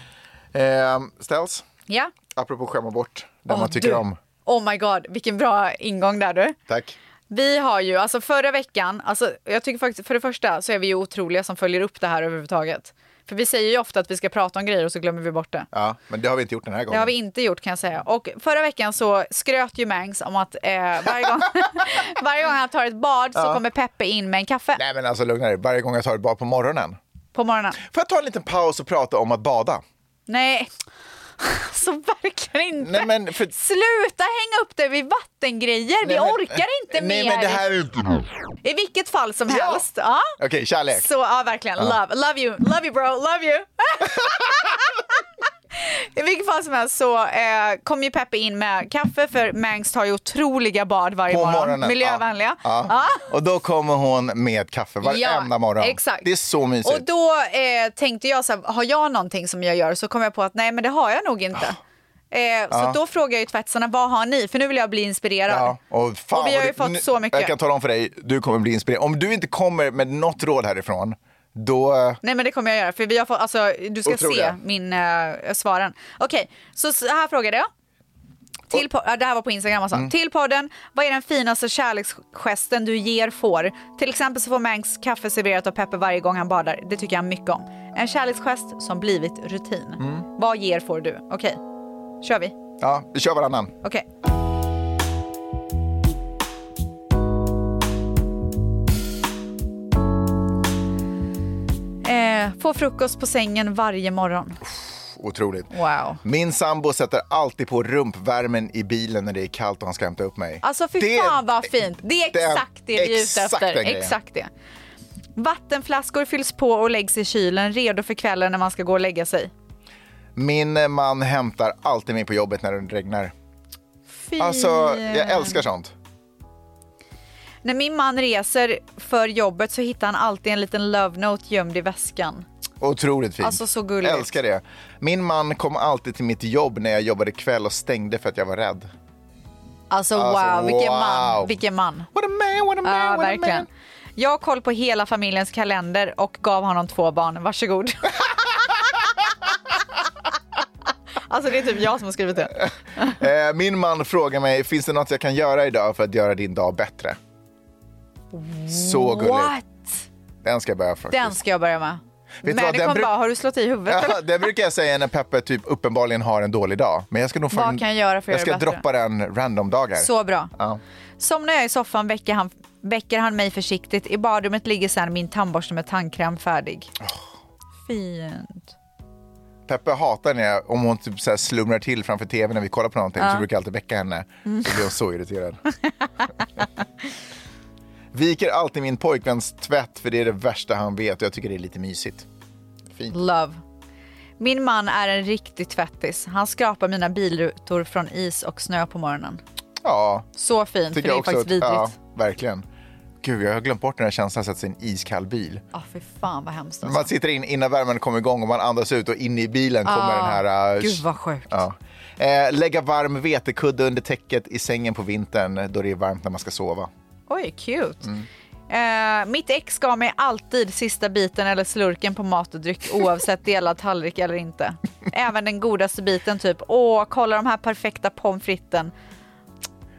A: Ehm, Stels,
B: Ja.
A: apropå skämma bort det
B: Åh,
A: man tycker
B: du.
A: om.
B: Oh my god, vilken bra ingång där du.
A: Tack.
B: Vi har ju, alltså förra veckan, alltså jag tycker faktiskt, för det första så är vi ju otroliga som följer upp det här överhuvudtaget. För vi säger ju ofta att vi ska prata om grejer och så glömmer vi bort det.
A: Ja, men det har vi inte gjort den här
B: Det
A: gången.
B: har vi inte gjort kan jag säga. Och förra veckan så skröt ju Mangs om att eh, varje, gång, varje gång han tar ett bad så kommer Peppe in med en kaffe
A: Nej men alltså lugna dig, varje gång jag tar ett bad på morgonen.
B: på morgonen.
A: Får jag ta en liten paus och prata om att bada?
B: Nej, så verkligen inte.
A: Nej men för...
B: Sluta hänga upp dig vid vattengrejer, vi
A: Nej, men-
B: orkar inte
A: Nej,
B: mer.
A: men det här är inte...
B: I vilket fall som
A: Ja.
B: helst. Ja.
A: Okej, kärlek.
B: Så ja, verkligen. Love, love you, love you bro, love you. I vilket fall som helst så eh, kom ju Peppe in med kaffe för Mangs tar ju otroliga bad varje
A: På
B: morgon.
A: morgonen.
B: Miljövänliga.
A: Ja. Ja. Och då kommer hon med kaffe varenda morgon.
B: Exakt.
A: Det är så mysigt.
B: Och då eh, tänkte jag så här, har jag någonting som jag gör? Så kom jag på att nej men det har jag nog inte. Eh, så då frågar jag ju tvättisarna, vad har ni? För nu vill jag bli inspirerad.
A: Ja, och, fan
B: Och vi
A: vad
B: har ju
A: du-
B: fått
A: nu-
B: så mycket.
A: Jag kan tala om för dig, du kommer bli inspirerad. Om du inte kommer med något råd härifrån, då... eh,
B: Nej men det kommer jag göra för vi har fått, alltså du ska se
A: Otroliga.
B: min eh, svaren. Okej, så så här frågade jag. Till po- ja, det här var på Instagram alltså. Till podden, vad är den finaste kärleksgesten du ger får? Till exempel så får Mangs kaffe serverat av Peppe varje gång han badar. Det tycker han mycket om. En kärleksgest som blivit rutin. Vad ger får du? Okej, kör vi.
A: Ja, vi kör varannan.
B: Okej. Eh, få frukost på sängen varje morgon.
A: Otroligt.
B: Wow.
A: Min sambo sätter alltid på rumpvärmen i bilen när det är kallt och han ska hämta upp mig.
B: Alltså fy
A: Det-
B: fan vad fint. Det är
A: det är
B: exakt det, vi är ute
A: exakt
B: efter.
A: den grejen.
B: Exakt det. Vattenflaskor fylls på och läggs i kylen redo för kvällen när man ska gå och lägga sig.
A: Min eh, man hämtar alltid mig på jobbet när det regnar.
B: Fy.
A: Alltså, jag älskar sånt.
B: När min man reser för jobbet så hittar han alltid en liten love note gömd i väskan.
A: Otroligt fint.
B: Alltså, så gulligt.
A: Älskar det. Min man kom alltid till mitt jobb när jag jobbade kväll och stängde för att jag var rädd.
B: Alltså,
A: Alltså,
B: wow, vilken man.
A: wow.
B: Vilken man.
A: What a man, what a man,
B: Ja,
A: what a
B: verkligen.
A: man.
B: Jag har koll på hela familjens kalender och gav honom två barn. Varsågod. alltså det är typ jag som har skrivit det.
A: Eh, Min man frågar mig, finns det något jag kan göra idag för att göra din dag bättre? Så gulligt.
B: What?
A: Den ska jag börja faktiskt.
B: Den ska jag börja med.
A: du vad,
B: Men det
A: den
B: kommer
A: bru-
B: bara, har du slått i huvudet eller?
A: Ja, det brukar jag säga när Peppe typ uppenbarligen har en dålig dag. Men jag ska nog
B: Vad
A: fan-
B: kan jag göra för att
A: Jag ska
B: göra det bättre?
A: droppa den random dagar.
B: Så bra.
A: Ja.
B: Somnar jag i soffan väcker han, väcker han mig försiktigt. I badrummet ligger sedan min tandborste med tandkräm färdig.
A: Oh.
B: Fint.
A: Peppe hatar när jag, om hon typ så här slumrar till framför tv när vi kollar på någonting så brukar jag alltid väcka henne.
B: Mm.
A: Så blir hon så irriterad. Viker alltid min pojkväns tvätt för det är det värsta han vet och jag tycker det är lite mysigt. Fint.
B: Love. Min man är en riktig tvättis. Han skrapar mina bilrutor från is och snö på morgonen.
A: Ja,
B: Så fint, för
A: tycker
B: det
A: jag
B: är
A: också.
B: faktiskt
A: att-
B: vidrigt.
A: ja, verkligen. gud, jag har glömt bort den här känslan att sätta sig i en iskall bil.
B: Ja, fy fan vad hemskt. Alltså.
A: Man sitter in innan värmen kommer igång och man andas ut och in i bilen kommer den här... äh,
B: Gud vad sjukt.
A: Ja. Eh, lägga varm vetekudde under täcket i sängen på vintern då det är varmt när man ska sova.
B: Oj, cute.
A: Mm.
B: Eh, mitt ex gav mig alltid sista biten eller slurken på mat och dryck oavsett delad tallrik eller inte. Även den godaste biten typ. Åh, kolla de här perfekta pommes fritesen.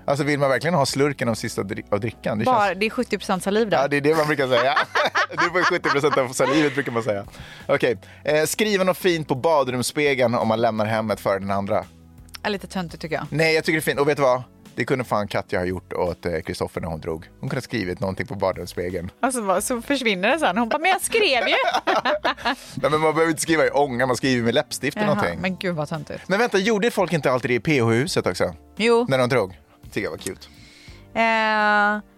A: Alltså vill man verkligen ha slurken av sista dri- av drickan? Det,
B: Bara, det är 70% saliv där.
A: ja, det är det man brukar säga. du får 70 procent av salivet brukar man säga. Okej, eh, skriva något fint på badrumsspegeln om man lämnar hemmet före den andra.
B: Är lite töntigt tycker jag.
A: Nej, jag tycker det är fint. Och vet du vad? Det kunde fan Katja ha gjort åt eh, Kristoffer när hon drog. Hon kunde ha skrivit någonting på badrumsspegeln.
B: Alltså, bara- så försvinner det sen. Hon bara, men jag skrev ju.
A: Nej, men man behöver inte skriva i ånga, man skriver med läppstift eller
B: Jaha,
A: någonting. Men...
B: men gud vad töntigt.
A: vänta, gjorde folk inte alltid det i PH-huset också?
B: Jo.
A: När de drog? Tycker jag var cute.
B: Eh,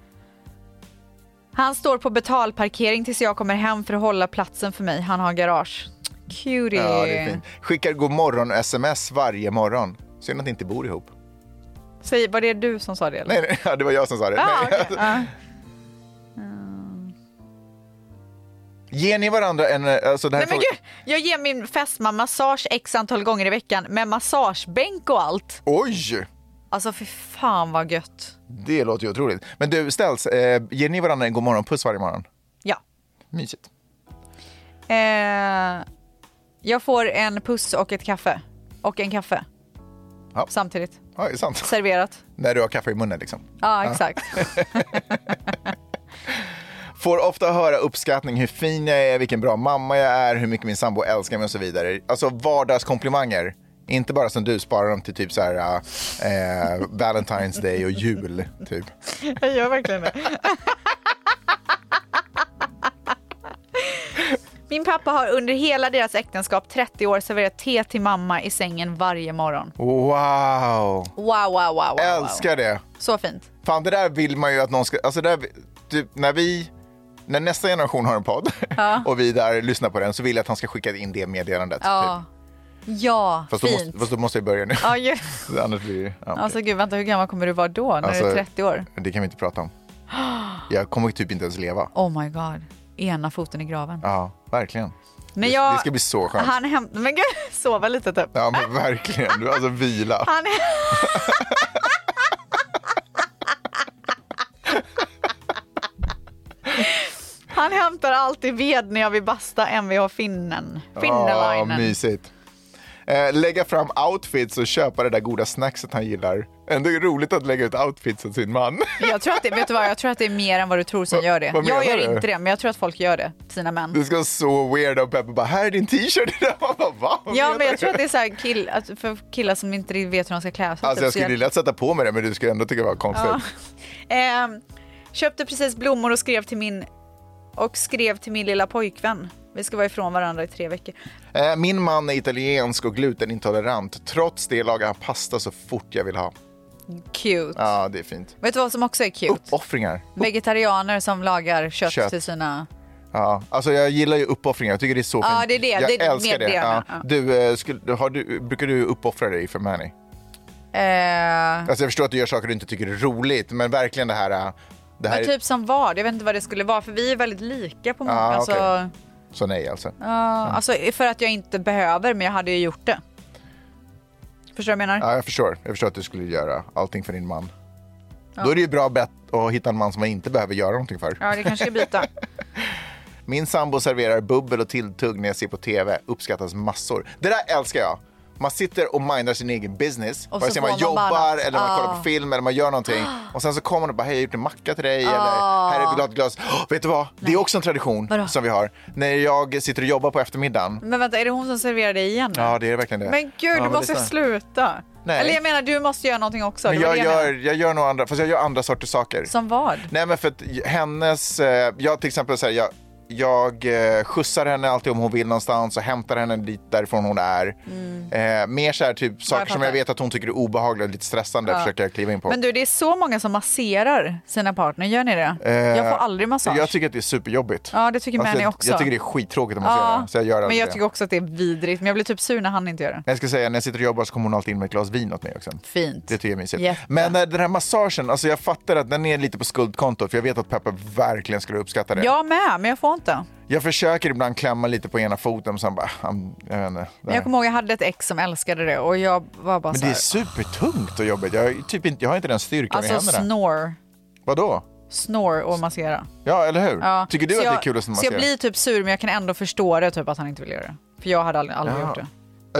B: han står på betalparkering tills jag kommer hem för att hålla platsen för mig. Han har garage. Cutie.
A: Ja, det är fint. Skickar god morgon-sms varje morgon. Synd att ni inte bor ihop.
B: Säg, var det du som sa det? Eller?
A: Nej, nej, ja, det var jag som sa det.
B: Ah,
A: nej.
B: okej. Ah.
A: Ger ni varandra en... eh, Alltså, det här
B: Nej men
A: är fråga-
B: gud, jag ger min fästman massage x antal gånger i veckan med massagebänk och allt.
A: Oj!
B: Alltså för fan vad gött.
A: Det låter ju otroligt. Men du, ställs, eh, ger ni varandra en god morgon-puss varje morgon?
B: Ja.
A: Mysigt.
B: Eh, jag får en puss och ett kaffe. Och en kaffe.
A: Ja.
B: Samtidigt.
A: Ja, det är sant.
B: Serverat.
A: När du har kaffe i munnen liksom.
B: Ja, exakt.
A: Får ofta höra uppskattning hur fin jag är, vilken bra mamma jag är, hur mycket min sambo älskar mig och så vidare. Alltså vardagskomplimanger. Inte bara som du sparar dem till typ så här eh, Valentine's Day och jul. Typ.
B: Jag gör verkligen det. Min pappa har under hela deras äktenskap, 30 år, serverat te till mamma i sängen varje morgon.
A: Wow!
B: Wow, wow, wow. wow, wow.
A: Älskar det.
B: Så fint.
A: Fan det där vill man ju att någon ska, alltså det där, typ, när vi, när nästa generation har en podd och vi där lyssnar på den så vill jag att han ska skicka in det meddelandet.
B: Ja,
A: Typ.
B: ja
A: Fast, då
B: fint.
A: måste, fast då måste jag börja nu.
B: Ja, ju.
A: Annars blir det, ja,
B: Alltså gud, vänta, hur gammal kommer du vara då när du är
A: Alltså-
B: 30 år?
A: Det kan vi inte prata om. Jag kommer typ inte ens leva.
B: Oh my god, ena foten i graven.
A: Ja, verkligen.
B: Men
A: det-
B: jag,
A: det ska bli så skönt.
B: Han häm- men gud, sova lite typ.
A: Ja men verkligen, Du, alltså vila.
B: Han, han hämtar alltid ved när jag vill basta mvh finnen.
A: Ja,
B: Finnelinen.
A: mysigt. Eh, lägga fram outfits och köpa det där goda snackset han gillar. Ändå är det roligt att lägga ut outfits åt sin man.
B: jag, tror att det, vet du vad, jag tror att det är mer än vad du tror som
A: Va-
B: gör det.
A: vad menar
B: Jag gör
A: du?
B: inte det, men jag tror att folk gör det. Sina män.
A: Det ska vara så weird om Peppe bara, här är din t-shirt. Man bara, Va? Vad
B: Ja,
A: menar
B: men
A: du?
B: jag tror att det är så här kill, att för killar som inte riktigt vet hur de ska klä
A: Alltså
B: sig. typ,
A: jag
B: så
A: skulle lätt sätta på mig det men du skulle ändå tycka det var konstigt.
B: Ehm, köpte precis blommor och skrev till min och skrev till min lilla pojkvän. Vi ska vara ifrån varandra i tre veckor.
A: Eh, Min man är italiensk och glutenintolerant. Trots det lagar han pasta så fort jag vill ha.
B: Cute.
A: Ja, det är fint.
B: Vet du vad som också är cute?
A: Uppoffringar.
B: Vegetarianer som lagar kött,
A: Kött.
B: till sina...
A: Ja, alltså jag gillar ju uppoffringar. Jag tycker det är så fint.
B: Ja, det är det.
A: Jag
B: Det är
A: älskar
B: mer
A: det.
B: det jag
A: Ja.
B: menar. Ja.
A: Du, eh, skulle, har du, brukar du uppoffra dig för Manny?
B: Eh,
A: Alltså jag förstår att du gör saker du inte tycker är roligt, men verkligen det här... eh, Det här
B: men typ som vad? Jag vet inte vad det skulle vara för vi är väldigt lika på många.
A: Ah,
B: alltså,
A: okej. Så nej alltså.
B: ja, alltså för att jag inte behöver men jag hade ju gjort det. Förstår du vad jag menar?
A: Ja, jag förstår. Jag förstår att du skulle göra allting för din man. Då är det ju bra bett att hitta en man som man inte behöver göra någonting för.
B: Ja, det kanske ska byta.
A: Min sambo serverar bubbel och tilltugg när jag ser på tv. Uppskattas massor. Det där älskar jag. Man sitter och mindar sin egen business.
B: Och
A: Vare
B: så
A: sig
B: får
A: man,
B: man bara
A: jobbar
B: något.
A: eller man kollar
B: Ah.
A: på film eller man gör någonting. Och sen så kommer de och bara, hej jag har gjort en macka till dig. Eller, här är vill du ha ett glas. "Åh, vet du vad? Det är också en tradition
B: Ah. Vadå?
A: som vi har. När jag sitter och jobbar på eftermiddagen.
B: Men vänta, är det hon som serverar dig igen? nu?
A: Ja, det är verkligen det.
B: Men gud,
A: ja,
B: du
A: men
B: måste
A: lyssna.
B: sluta.
A: Nej.
B: Eller jag menar, du måste göra någonting också.
A: Men
B: Det var
A: jag
B: det jag
A: gör,
B: menade.
A: jag gör nog andra, fast jag gör andra sorters saker.
B: Som vad?
A: Nej men för att hennes, eh, jag till exempel säger jag Jag eh, skjutsar henne alltid om hon vill någonstans och hämtar henne dit därifrån hon är. Eh, mer så här, typ saker som
B: Mm. fattar.
A: jag vet att hon tycker är obehagliga och lite stressande försöker jag kliva in på.
B: Men du, det är så många som masserar sina partner. Gör ni det? jag får aldrig massage.
A: Eh, Jag tycker att det är superjobbigt. Alltså,
B: Ja, det tycker
A: jag,
B: Mani också.
A: Jag tycker det är skittråkigt om man säger det. Så jag gör
B: men
A: aldrig
B: jag
A: det.
B: tycker också att det är vidrigt. Men jag blir typ sur när han inte gör det.
A: Men Jag ska säga, när jag sitter och jobbar så kommer hon alltid in med ett glas vin åt mig också.
B: Fint.
A: Det tycker jag är mysigt.
B: Jätte.
A: Men eh, den här massagen, alltså jag fattar att den är lite på skuldkonto för jag vet att Peppa verkligen skulle uppskatta det.
B: Jag med, men jag får inte.
A: Jag försöker ibland klämma lite på ena foten men sen bara, am, jag vet inte.
B: Men jag kommer ihåg jag hade ett ex som älskade det och jag var bara
A: men
B: så
A: det är
B: här,
A: supertungt och jobbigt. Jag, är typ inte, jag har inte den styrkan i
B: Alltså
A: händerna.
B: snore.
A: Vadå?
B: Snore och massera.
A: Ja, eller hur?
B: Ja.
A: Tycker du
B: Så
A: att
B: jag,
A: det är kul att
B: Så jag
A: massera?
B: blir typ sur men jag kan ändå förstå det typ att han inte vill göra det. För jag hade aldrig, aldrig
A: Ja.
B: gjort det.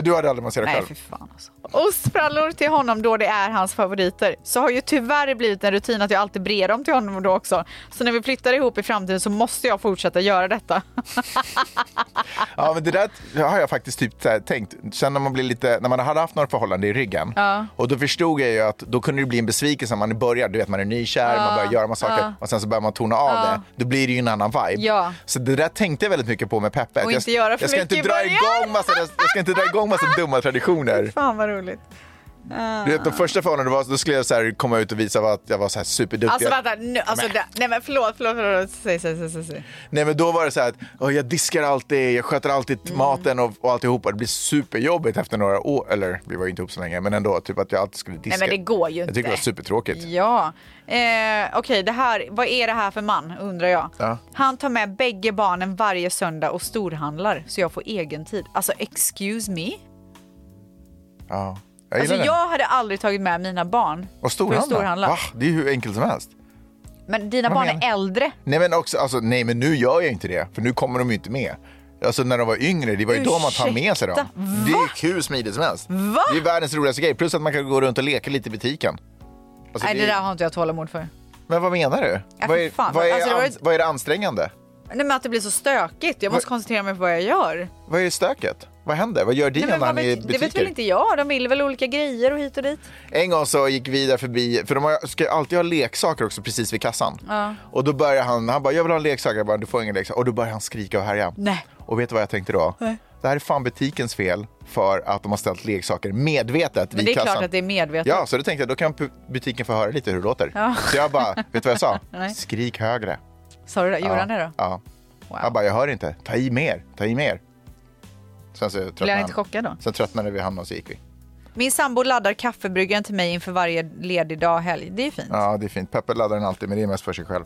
A: Du hade aldrig masserat
B: Nej
A: själv?
B: fy fan alltså. Ostfrallor till honom då det är hans favoriter. Så har ju tyvärr blivit en rutin att jag alltid brer dem till honom då också. Så när vi flyttar ihop i framtiden så måste jag fortsätta göra detta.
A: Ja, men det där har jag faktiskt typ så här tänkt. Sen när man, blir lite, när man hade haft några förhållanden i ryggen och då förstod jag ju att då kunde det bli en besvikelse när man börjar. Du vet, man är nykär, man börjar göra massa saker och sen så börjar man tona av det. Då blir det ju en annan vibe.
B: Ja.
A: Så det där tänkte jag väldigt mycket på med Peppe.
B: Och
A: jag,
B: inte göra för
A: jag ska
B: mycket
A: inte
B: i
A: dra
B: början.
A: igång massa, jag ska inte dra igång massa dumma traditioner.
B: Fan vad roligt.
A: Du vet, de första förhållandena var, då skulle jag så här komma ut och visa att jag var så här superduktig.
B: Alltså vänta, nu, alltså, det, nej men förlåt, förlåt, förlåt. Säg, säg, säg, säg, säg.
A: Nej men då var det så här att "Åh, jag diskar alltid, jag sköter alltid
B: Mm.
A: maten och, och alltihopa. Det blir superjobbigt efter några år, eller vi var ju inte ihop så länge, men ändå typ att jag alltid skulle diska.
B: Nej men det går ju inte.
A: Jag tycker det var supertråkigt.
B: Ja. Eh, Okej, det här, vad är det här för man undrar jag.
A: Ja.
B: Han tar med bägge barnen varje söndag och storhandlar så jag får egen tid. Alltså excuse me?
A: Ja. Jag
B: Alltså,
A: gillar det.
B: jag hade aldrig tagit med mina barn.
A: Och
B: för att
A: storhandla.
B: storhandla.
A: Va? Det är ju hur enkelt som helst.
B: Men dina
A: Vad
B: barn
A: menar
B: är äldre.
A: Nej men också, alltså, nej men nu gör jag inte det, för nu kommer de ju inte med. Alltså när de var yngre, det var ju då man tar med sig dem.
B: Ursäkta,
A: Det är ju hur smidigt som helst.
B: Va?
A: Det är världens roligaste grej, plus att man kan gå runt och leka lite i butiken. Alltså,
B: Nej,
A: det
B: det
A: är-
B: där har inte jag tålamod för.
A: Men vad menar du?
B: Ja,
A: vad,
B: fy
A: är,
B: fan.
A: vad, är
B: Alltså, det var
A: ans-
B: ju-
A: vad är det ansträngande?
B: Nej, men att det blir så stökigt. Jag måste koncentrera mig på vad jag gör.
A: Vad är stöket? Vad händer? Vad gör
B: Nej, men
A: Dinan
B: vad
A: i
B: vet, det
A: butiker?
B: vet väl inte jag. De vill väl olika grejer och hit och dit.
A: En gång så gick vi där förbi, för de har, ska ju alltid ha leksaker också precis vid kassan. Och då börjar han, han bara jag vill ha en leksak, jag bara du får ingen leksak. Och då börjar han skrika och härja.
B: Nej.
A: Och vet du vad jag tänkte då? Det här är fan butikens fel för att de har ställt leksaker medvetet
B: Men
A: vid
B: det är
A: kassan.
B: klart att det är medvetet.
A: Ja, så då tänkte jag då kan pu- butiken få höra lite hur det låter. Så jag bara, vet du vad jag sa?
B: Nej.
A: Skrik högre.
B: Sa du det? Gjorde
A: Ja.
B: han det då?
A: Ja.
B: Wow.
A: Han bara, jag hör inte. Ta i mer, ta i mer. Sen så
B: Blev
A: tröttnade
B: han inte chockad då?
A: Sen tröttnade vi han och så gick vi.
B: Min sambo laddar kaffebryggaren till mig inför varje ledig dag och helg. Det är fint.
A: Ja, det är fint. Peppe laddar den alltid, men det är mest för sig själv.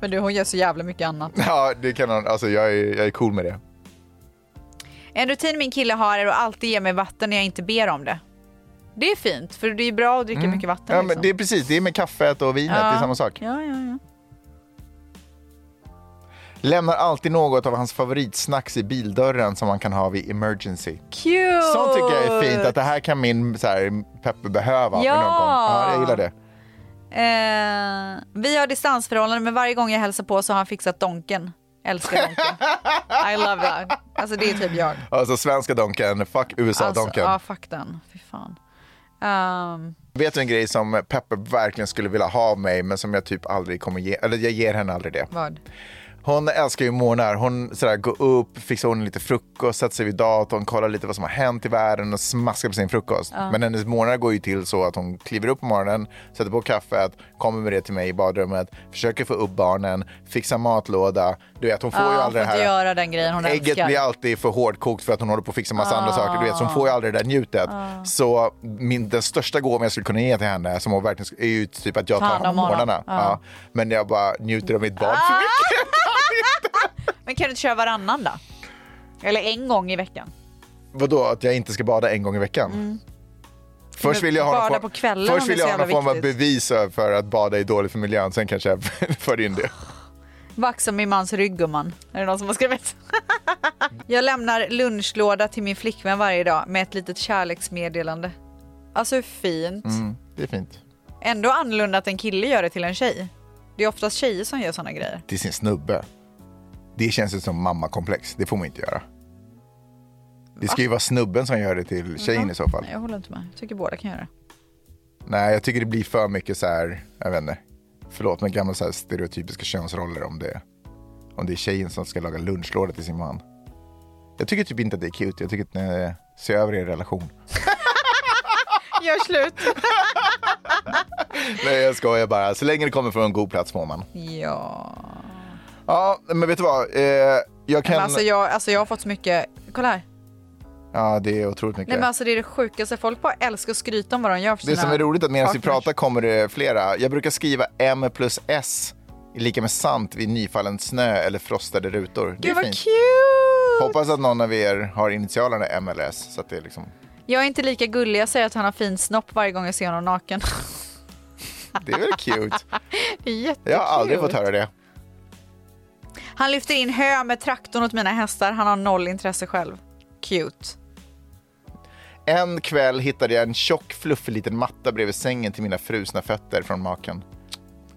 B: Men du, hon gör så jävla mycket annat.
A: Ja, det kan hon. Alltså, jag är, jag är cool med det.
B: En rutin min kille har är att alltid ge mig vatten när jag inte ber om det. Det är fint, för det är bra att dricka mycket vatten.
A: Ja, men
B: liksom.
A: det är precis, det är med kaffet och vinet, det är samma sak.
B: Ja, ja, ja.
A: Lämnar alltid något av hans favoritsnacks i bildörren som man kan ha vid emergency.
B: Cute!
A: Sånt tycker jag är fint, att det här kan min så här, Peppe behöva. vid
B: Ja.
A: Någon gång. ja, jag gillar det.
B: Eh, vi har distansförhållande, men varje gång jag hälsar på så har han fixat donken. Älskar donken. I love that. Alltså det är typ jag.
A: Alltså svenska donken, fuck
B: Alltså,
A: USA-donken.
B: ja, fuck den. Fy fan. Ehm,
A: Vet du en grej som Peppe verkligen skulle vilja ha av mig, men som jag typ aldrig kommer ge, eller jag ger henne aldrig det.
B: vad?
A: Hon älskar ju morgnar. Hon sådär, går upp, fixar ordning lite frukost, sätter sig vid datorn, kollar lite vad som har hänt i världen och smaskar på sin frukost. Men hennes morgnar går ju till så att hon kliver upp på morgonen, sätter på kaffet, kommer med det till mig i badrummet, försöker få upp barnen, fixar matlåda. Du vet, hon får
B: Ja,
A: ju
B: hon får
A: aldrig det
B: inte
A: här.
B: göra den grejen hon
A: Ägget
B: älskar. Ah.
A: blir alltid för hårdkokt för att hon håller på att fixa massa andra saker. Du vet, så hon får ju aldrig det där njutet. Så min, den största gåvan jag skulle kunna ge till henne, som hon verkligen, sk- är ju typ att jag
B: Ta
A: tar
B: hand
A: hand om
B: om honom. Ah.
A: morgnarna.
B: Ja.
A: Ja. Men jag bara njuter av mitt barn för mycket.
B: Men kan du inte köra varannan då? Eller en gång i veckan?
A: Vadå, att jag inte ska bada en gång i veckan? Först vill jag ha
B: Mm. Bada
A: någon,
B: på
A: form,
B: kvällen om
A: först
B: det
A: vill
B: är
A: jag
B: så
A: ha någon
B: jävla
A: form av
B: viktigt.
A: bevis för att bada är dåligt för miljön, sen kanske jag för in det.
B: Vaxa min mans rygg gumman. Är det någon som har skrivit? jag lämnar lunchlåda till min flickvän varje dag med ett litet kärleksmeddelande. Alltså hur fint.
A: Det är fint.
B: Ändå annorlunda att en kille gör det till en tjej. Det är oftast tjejer som gör sådana grejer.
A: Till sin snubbe. Det känns ju som mammakomplex, det får man inte göra. Det ska ju vara snubben som gör det
B: Mm.
A: till tjejen i så fall.
B: Nej, jag håller inte med. Jag tycker båda kan göra det.
A: Nej, jag tycker det blir för mycket så här, jag vet inte. förlåt, men gamla så här stereotypiska könsroller om det, om det är tjejen som ska laga lunchlåda till sin man. Jag tycker typ inte att det är cute, jag tycker att ni ser över er relation.
B: Gör slut.
A: Nej jag skojar bara, så länge det kommer från en god plats får man.
B: Ja.
A: Ja, men vet du vad? Eh, jag
B: Men
A: kan...
B: alltså, jag, alltså jag har fått så mycket, kolla här.
A: Ja, det är otroligt mycket.
B: Nej men alltså det är det sjukaste, folk bara älskar att skryta om vad de gör för
A: Det
B: sina
A: som är roligt är att medan vi
B: partners.
A: pratar kommer det flera. Jag brukar skriva M plus S är lika med sant vid nyfallen snö eller frostade rutor. Det
B: Gud
A: är
B: vad
A: fint.
B: cute!
A: Hoppas att någon av er har initialerna M eller S. Så att det är liksom,
B: Jag är inte lika gullig, jag säger att han har fin snopp varje gång jag ser honom naken.
A: det är väl cute.
B: Det är jättekul.
A: Jag har aldrig fått höra det.
B: Han lyfter in hö med traktorn åt mina hästar, han har noll intresse själv. Cute.
A: En kväll hittade jag en tjock fluffig liten matta bredvid sängen till mina frusna fötter från maken.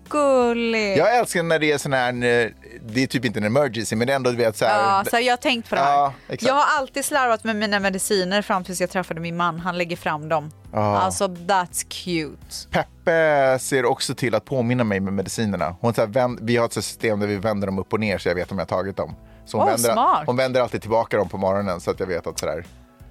B: Gullig.
A: Jag älskar när det är sån här, eh, det är typ inte en emergency men det är ändå du vet så här.
B: Ja, så här, jag har tänkt på det här.
A: Ja, exakt.
B: jag har alltid slarvat med mina mediciner fram tills jag träffade min man. Han lägger fram dem. Alltså that's cute.
A: Peppe ser också till att påminna mig med medicinerna. Hon så här, vänd, vi har ett system där vi vänder dem upp och ner så jag vet om jag har tagit dem. Så hon,
B: Åh,
A: vänder,
B: smart.
A: hon vänder alltid tillbaka dem på morgonen så att jag vet att sådär.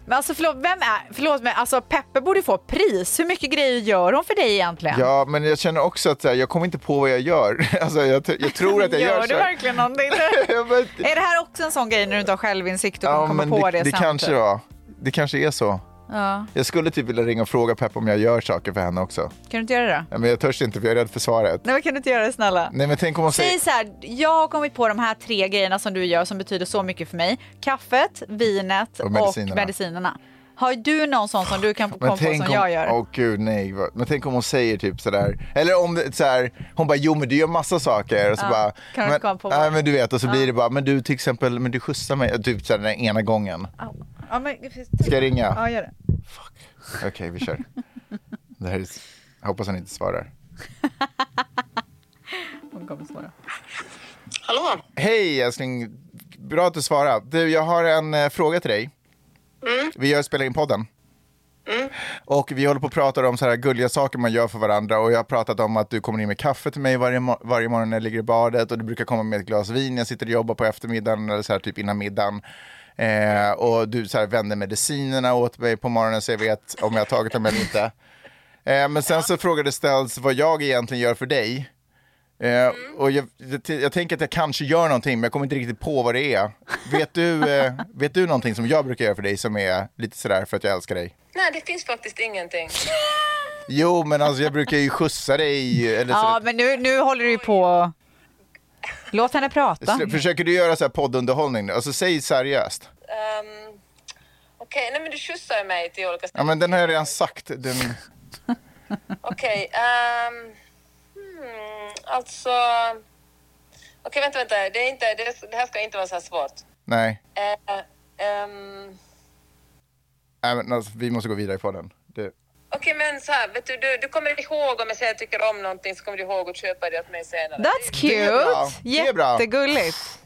B: Men alltså förlåt, vem är, förlåt men alltså Peppe borde få pris. Hur mycket grejer gör hon för dig egentligen?
A: Ja, men jag känner också att så här, jag kommer inte på vad jag gör. Alltså, jag, t- jag tror att jag gör,
B: gör
A: så.
B: du
A: här.
B: verkligen någonting?
A: Jag vet-
B: är det här också en sån grej när du inte har självinsikt och
A: Ja,
B: kommer
A: men
B: på
A: det,
B: det,
A: det
B: sen?
A: kanske var. Det kanske är så.
B: Ja.
A: Jag skulle typ vilja ringa och fråga Peppe om jag gör saker för henne också.
B: Kan du inte göra det?
A: Ja, Men jag törs inte för jag är rädd för svaret.
B: Nej men kan du inte göra det snälla?
A: Nej men tänk om hon säger...
B: Säg så här, jag har kommit på de här tre grejerna som du gör som betyder så mycket för mig. Kaffet, vinet
A: Och
B: och
A: medicinerna.
B: medicinerna. Har du någon sån som du kan komma på som
A: om,
B: jag gör?
A: Åh gud nej. vad- Men tänk om hon säger typ sådär. Eller om det, såhär, hon bara jo men du gör massa saker. Och så
B: Ja,
A: bara,
B: kan du
A: men,
B: inte komma på
A: nej,
B: vad?
A: men du vet och så blir det bara men du till exempel men du skjutsar mig. Typ såhär den ena gången.
B: Au. Ja, men,
A: Ska jag ringa?
B: ja, gör det.
A: Okej vi kör. Det här är, jag hoppas han inte svarar.
B: Hon kommer svara.
G: Hallå?
A: Hej älskling. Bra att du svarar. Du jag har en eh, fråga till dig. Vi gör spelar in podden. Och vi håller på och pratar om så här gulliga saker man gör för varandra och jag har pratat om att du kommer in med kaffe till mig varje, mo- varje morgon när jag ligger i badet och du brukar komma med ett glas vin när jag sitter och jobbar på eftermiddagen eller så här typ innan middagen. Eh, och du så här vänder medicinerna åt mig på morgonen så jag vet om jag har tagit dem eller inte. Eh, men sen så frågade Ställs vad jag egentligen gör för dig. Eh, och jag, jag, jag tänker att jag kanske gör någonting men jag kommer inte riktigt på vad det är. Vet du, eh, vet du någonting som jag brukar göra för dig som är lite sådär för att jag älskar dig?
G: Nej, det finns faktiskt ingenting.
A: Jo, men alltså jag brukar ju skjutsa dig. Eller så
B: Ja, men nu, nu håller du ju på... Låt henne prata.
A: Sl- Försöker du göra så här poddunderhållning nu? Alltså säg seriöst.
G: Um, Okej, nej men du skjutsar ju mig till olika
A: Ja,
G: ställen.
A: men den har jag redan sagt. Den...
G: Okej, ehm, hmm, alltså... Okej, vänta, vänta. Det, är inte, det, det här ska inte vara så här svårt.
A: Nej.
G: Eh, ehm,
A: Nej, men alltså, vi måste gå vidare i podden. Det...
G: Okej, men så här, vet du, du, du kommer ihåg om jag säger att jag tycker om någonting så kommer du ihåg att köpa det åt mig senare.
B: That's
A: Det är bra.
B: cute.
A: Det är bra.
B: Jättegulligt.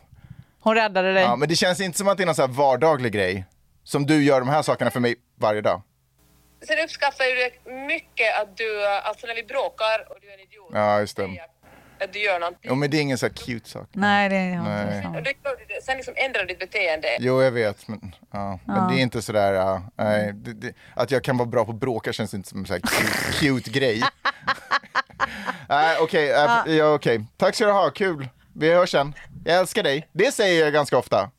B: Hon räddade dig.
A: Ja, men det känns inte som att det är någon så här vardaglig grej. Som du gör de här sakerna för mig varje dag.
G: Sen uppskattar jag det mycket att du, alltså när vi bråkar och du är en idiot,
A: Ja, just det.
G: säger att du gör någonting.
A: Jo, men det är ingen så här cute sak.
B: Nej, det är hon
A: Nej.
B: inte.
G: Och
B: sant.
G: då gör du det. Sen liksom ändrar ditt beteende.
A: Jo, jag vet. Men, ja. men det är inte sådär... Ja. Nej,
B: Mm.
A: det, det, att jag kan vara bra på att bråka känns inte som en sån här cute, cute grej. Nej, okej. äh, ja, okej. Tack ska du ha. Kul. Vi hörs sen. Jag älskar dig. Det säger jag ganska ofta.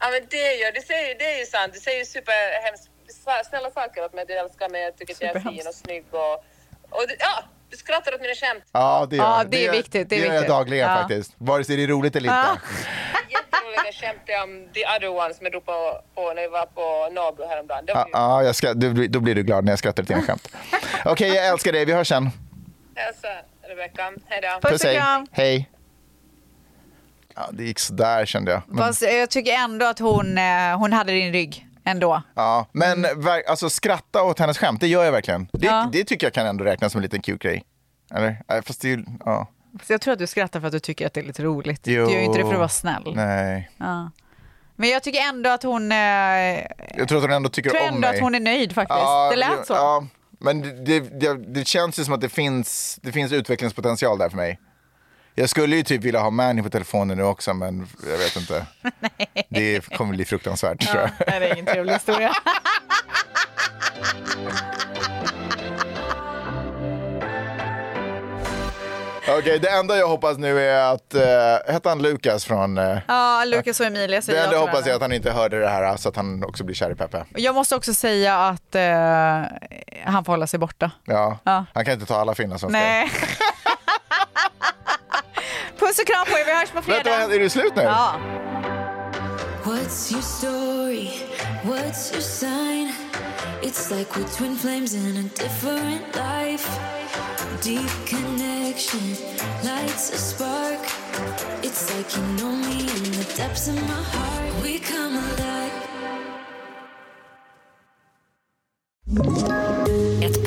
G: Ja men det gör det, säger, det är ju sant. Du säger ju superhemskt sa- snälla saker åt mig. Du älskar mig, jag tycker att jag är fin och snygg och... och du, ja, du skrattar åt mina skämt.
A: Ja, det gör
B: Ja,
A: jag.
B: det är
A: gör-
B: viktigt, det är
A: gör jag
B: viktigt.
A: dagligen
B: Ja.
A: faktiskt. Vare sig det är roligt eller inte.
B: Ja.
G: Jätteroliga skämt om the other ones som jag drog på, på när vi var på Nabro häromdagen. Det var
A: Ja, ja,
G: ju
A: jag ska, du, då blir du glad när jag skrattar åt dina skämt. Okej, jag älskar dig. Vi hörs sen.
G: hälsa Rebecka. Hejdå.
B: Puss och
A: hej.
B: kram.
A: Hej. Ja, det gick sådär kände jag. Men,
B: Fast jag tycker ändå att hon, eh, hon hade din rygg ändå.
A: ja, men ver- alltså, skratta åt hennes skämt, det gör jag verkligen. Det,
B: Ja.
A: det tycker jag kan ändå räknas som en liten cute grej. Eller? Nej, Fast det är ju... Ja.
B: Så jag tror att du skrattar för att du tycker att det är lite roligt.
A: Jo.
B: Du gör ju inte det för att vara snäll.
A: Nej.
B: Ja. Men jag tycker ändå att hon, eh, jag
A: Jag tror att hon ändå tycker
B: tror
A: om
B: ändå
A: mig.
B: att hon är nöjd faktiskt.
A: Ja,
B: det lät så.
A: Ja, men det, det, det, det känns ju som att det finns, det finns utvecklingspotential där för mig. Jag skulle ju typ vilja ha Mani på telefonen nu också, men jag vet inte. Det kommer bli fruktansvärt tror jag.
B: Nej, det är ingen trevlig historia.
A: Okej, det enda jag hoppas nu är att, eh, hette han Lukas från... Eh,
B: Ja, Lukas och Emilia
A: det
B: säger
A: enda jag
B: till
A: hoppas är
B: varandra.
A: att han inte hörde det här så att han också blir kär i Peppe.
B: Jag måste också säga att eh, han får hålla sig borta.
A: Ja.
B: Ja.
A: Han kan inte ta alla finlandssvenskar.
B: Nej. Puss och kram på er, vi hörs på
A: Vänta, vad
B: fredag.
A: händer? är det slut nu?
B: Ja.
C: What's your story? What's your sign? It's like we're twin flames in a different life. Deep connection lights a spark. It's like you know me in the depths of my heart. We come alive.
D: Ett